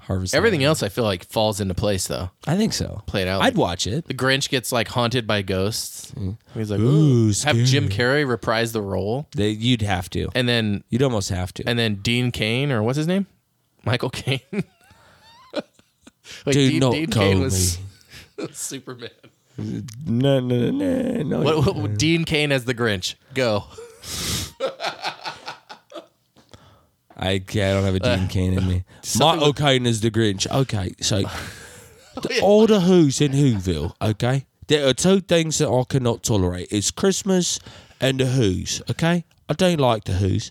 harvest. Hmm. Everything else I feel like falls into place though. I think so. Played out. I'd watch it. the Grinch gets like haunted by ghosts. He's like, Mm. Ooh, Ooh, have Jim Carrey reprise the role, They, you'd have to. and then You'd almost have to. and then Dean Kane or what's his name, Michael Kane. [laughs] like Do not call [laughs] Superman. No, no, no, no. no What, what- what- Dean Kane as the Grinch. Go. I, I don't have a Dean Kane in me. My O'Kane is the Grinch. Okay, so the, all the who's in Whoville. Okay, there are two things that I cannot tolerate: it's Christmas and the Who's. Okay, I don't like the Who's.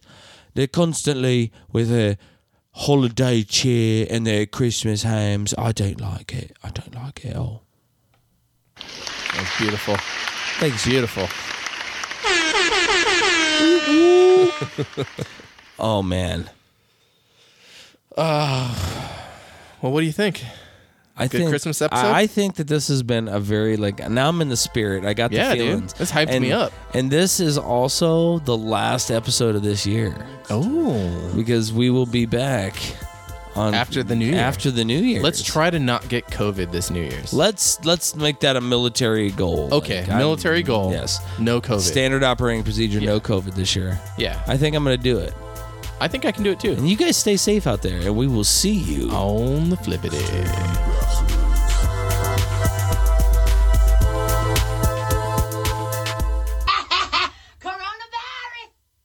They're constantly with their holiday cheer and their Christmas hams. I don't like it. I don't like it at all. That's beautiful. Thanks. Beautiful. [laughs] Oh man, Well, what do you think? I Good think Christmas I- episode? I, think that this has been a very like now I'm in the spirit. I got Yeah, the dude. feelings. This hyped and, me up. And this is also the last episode of this year Oh. because we will be back on After the new year. After the new year. Let's try to not get COVID this New Year's. Let's let's make that a military goal. Okay, Like, I'm- military goal. Yes. No COVID. Standard operating procedure. No COVID this year. yeah. I think I'm gonna do it. I think I can do it too. And you guys stay safe out there, and we will see you. On the flippity.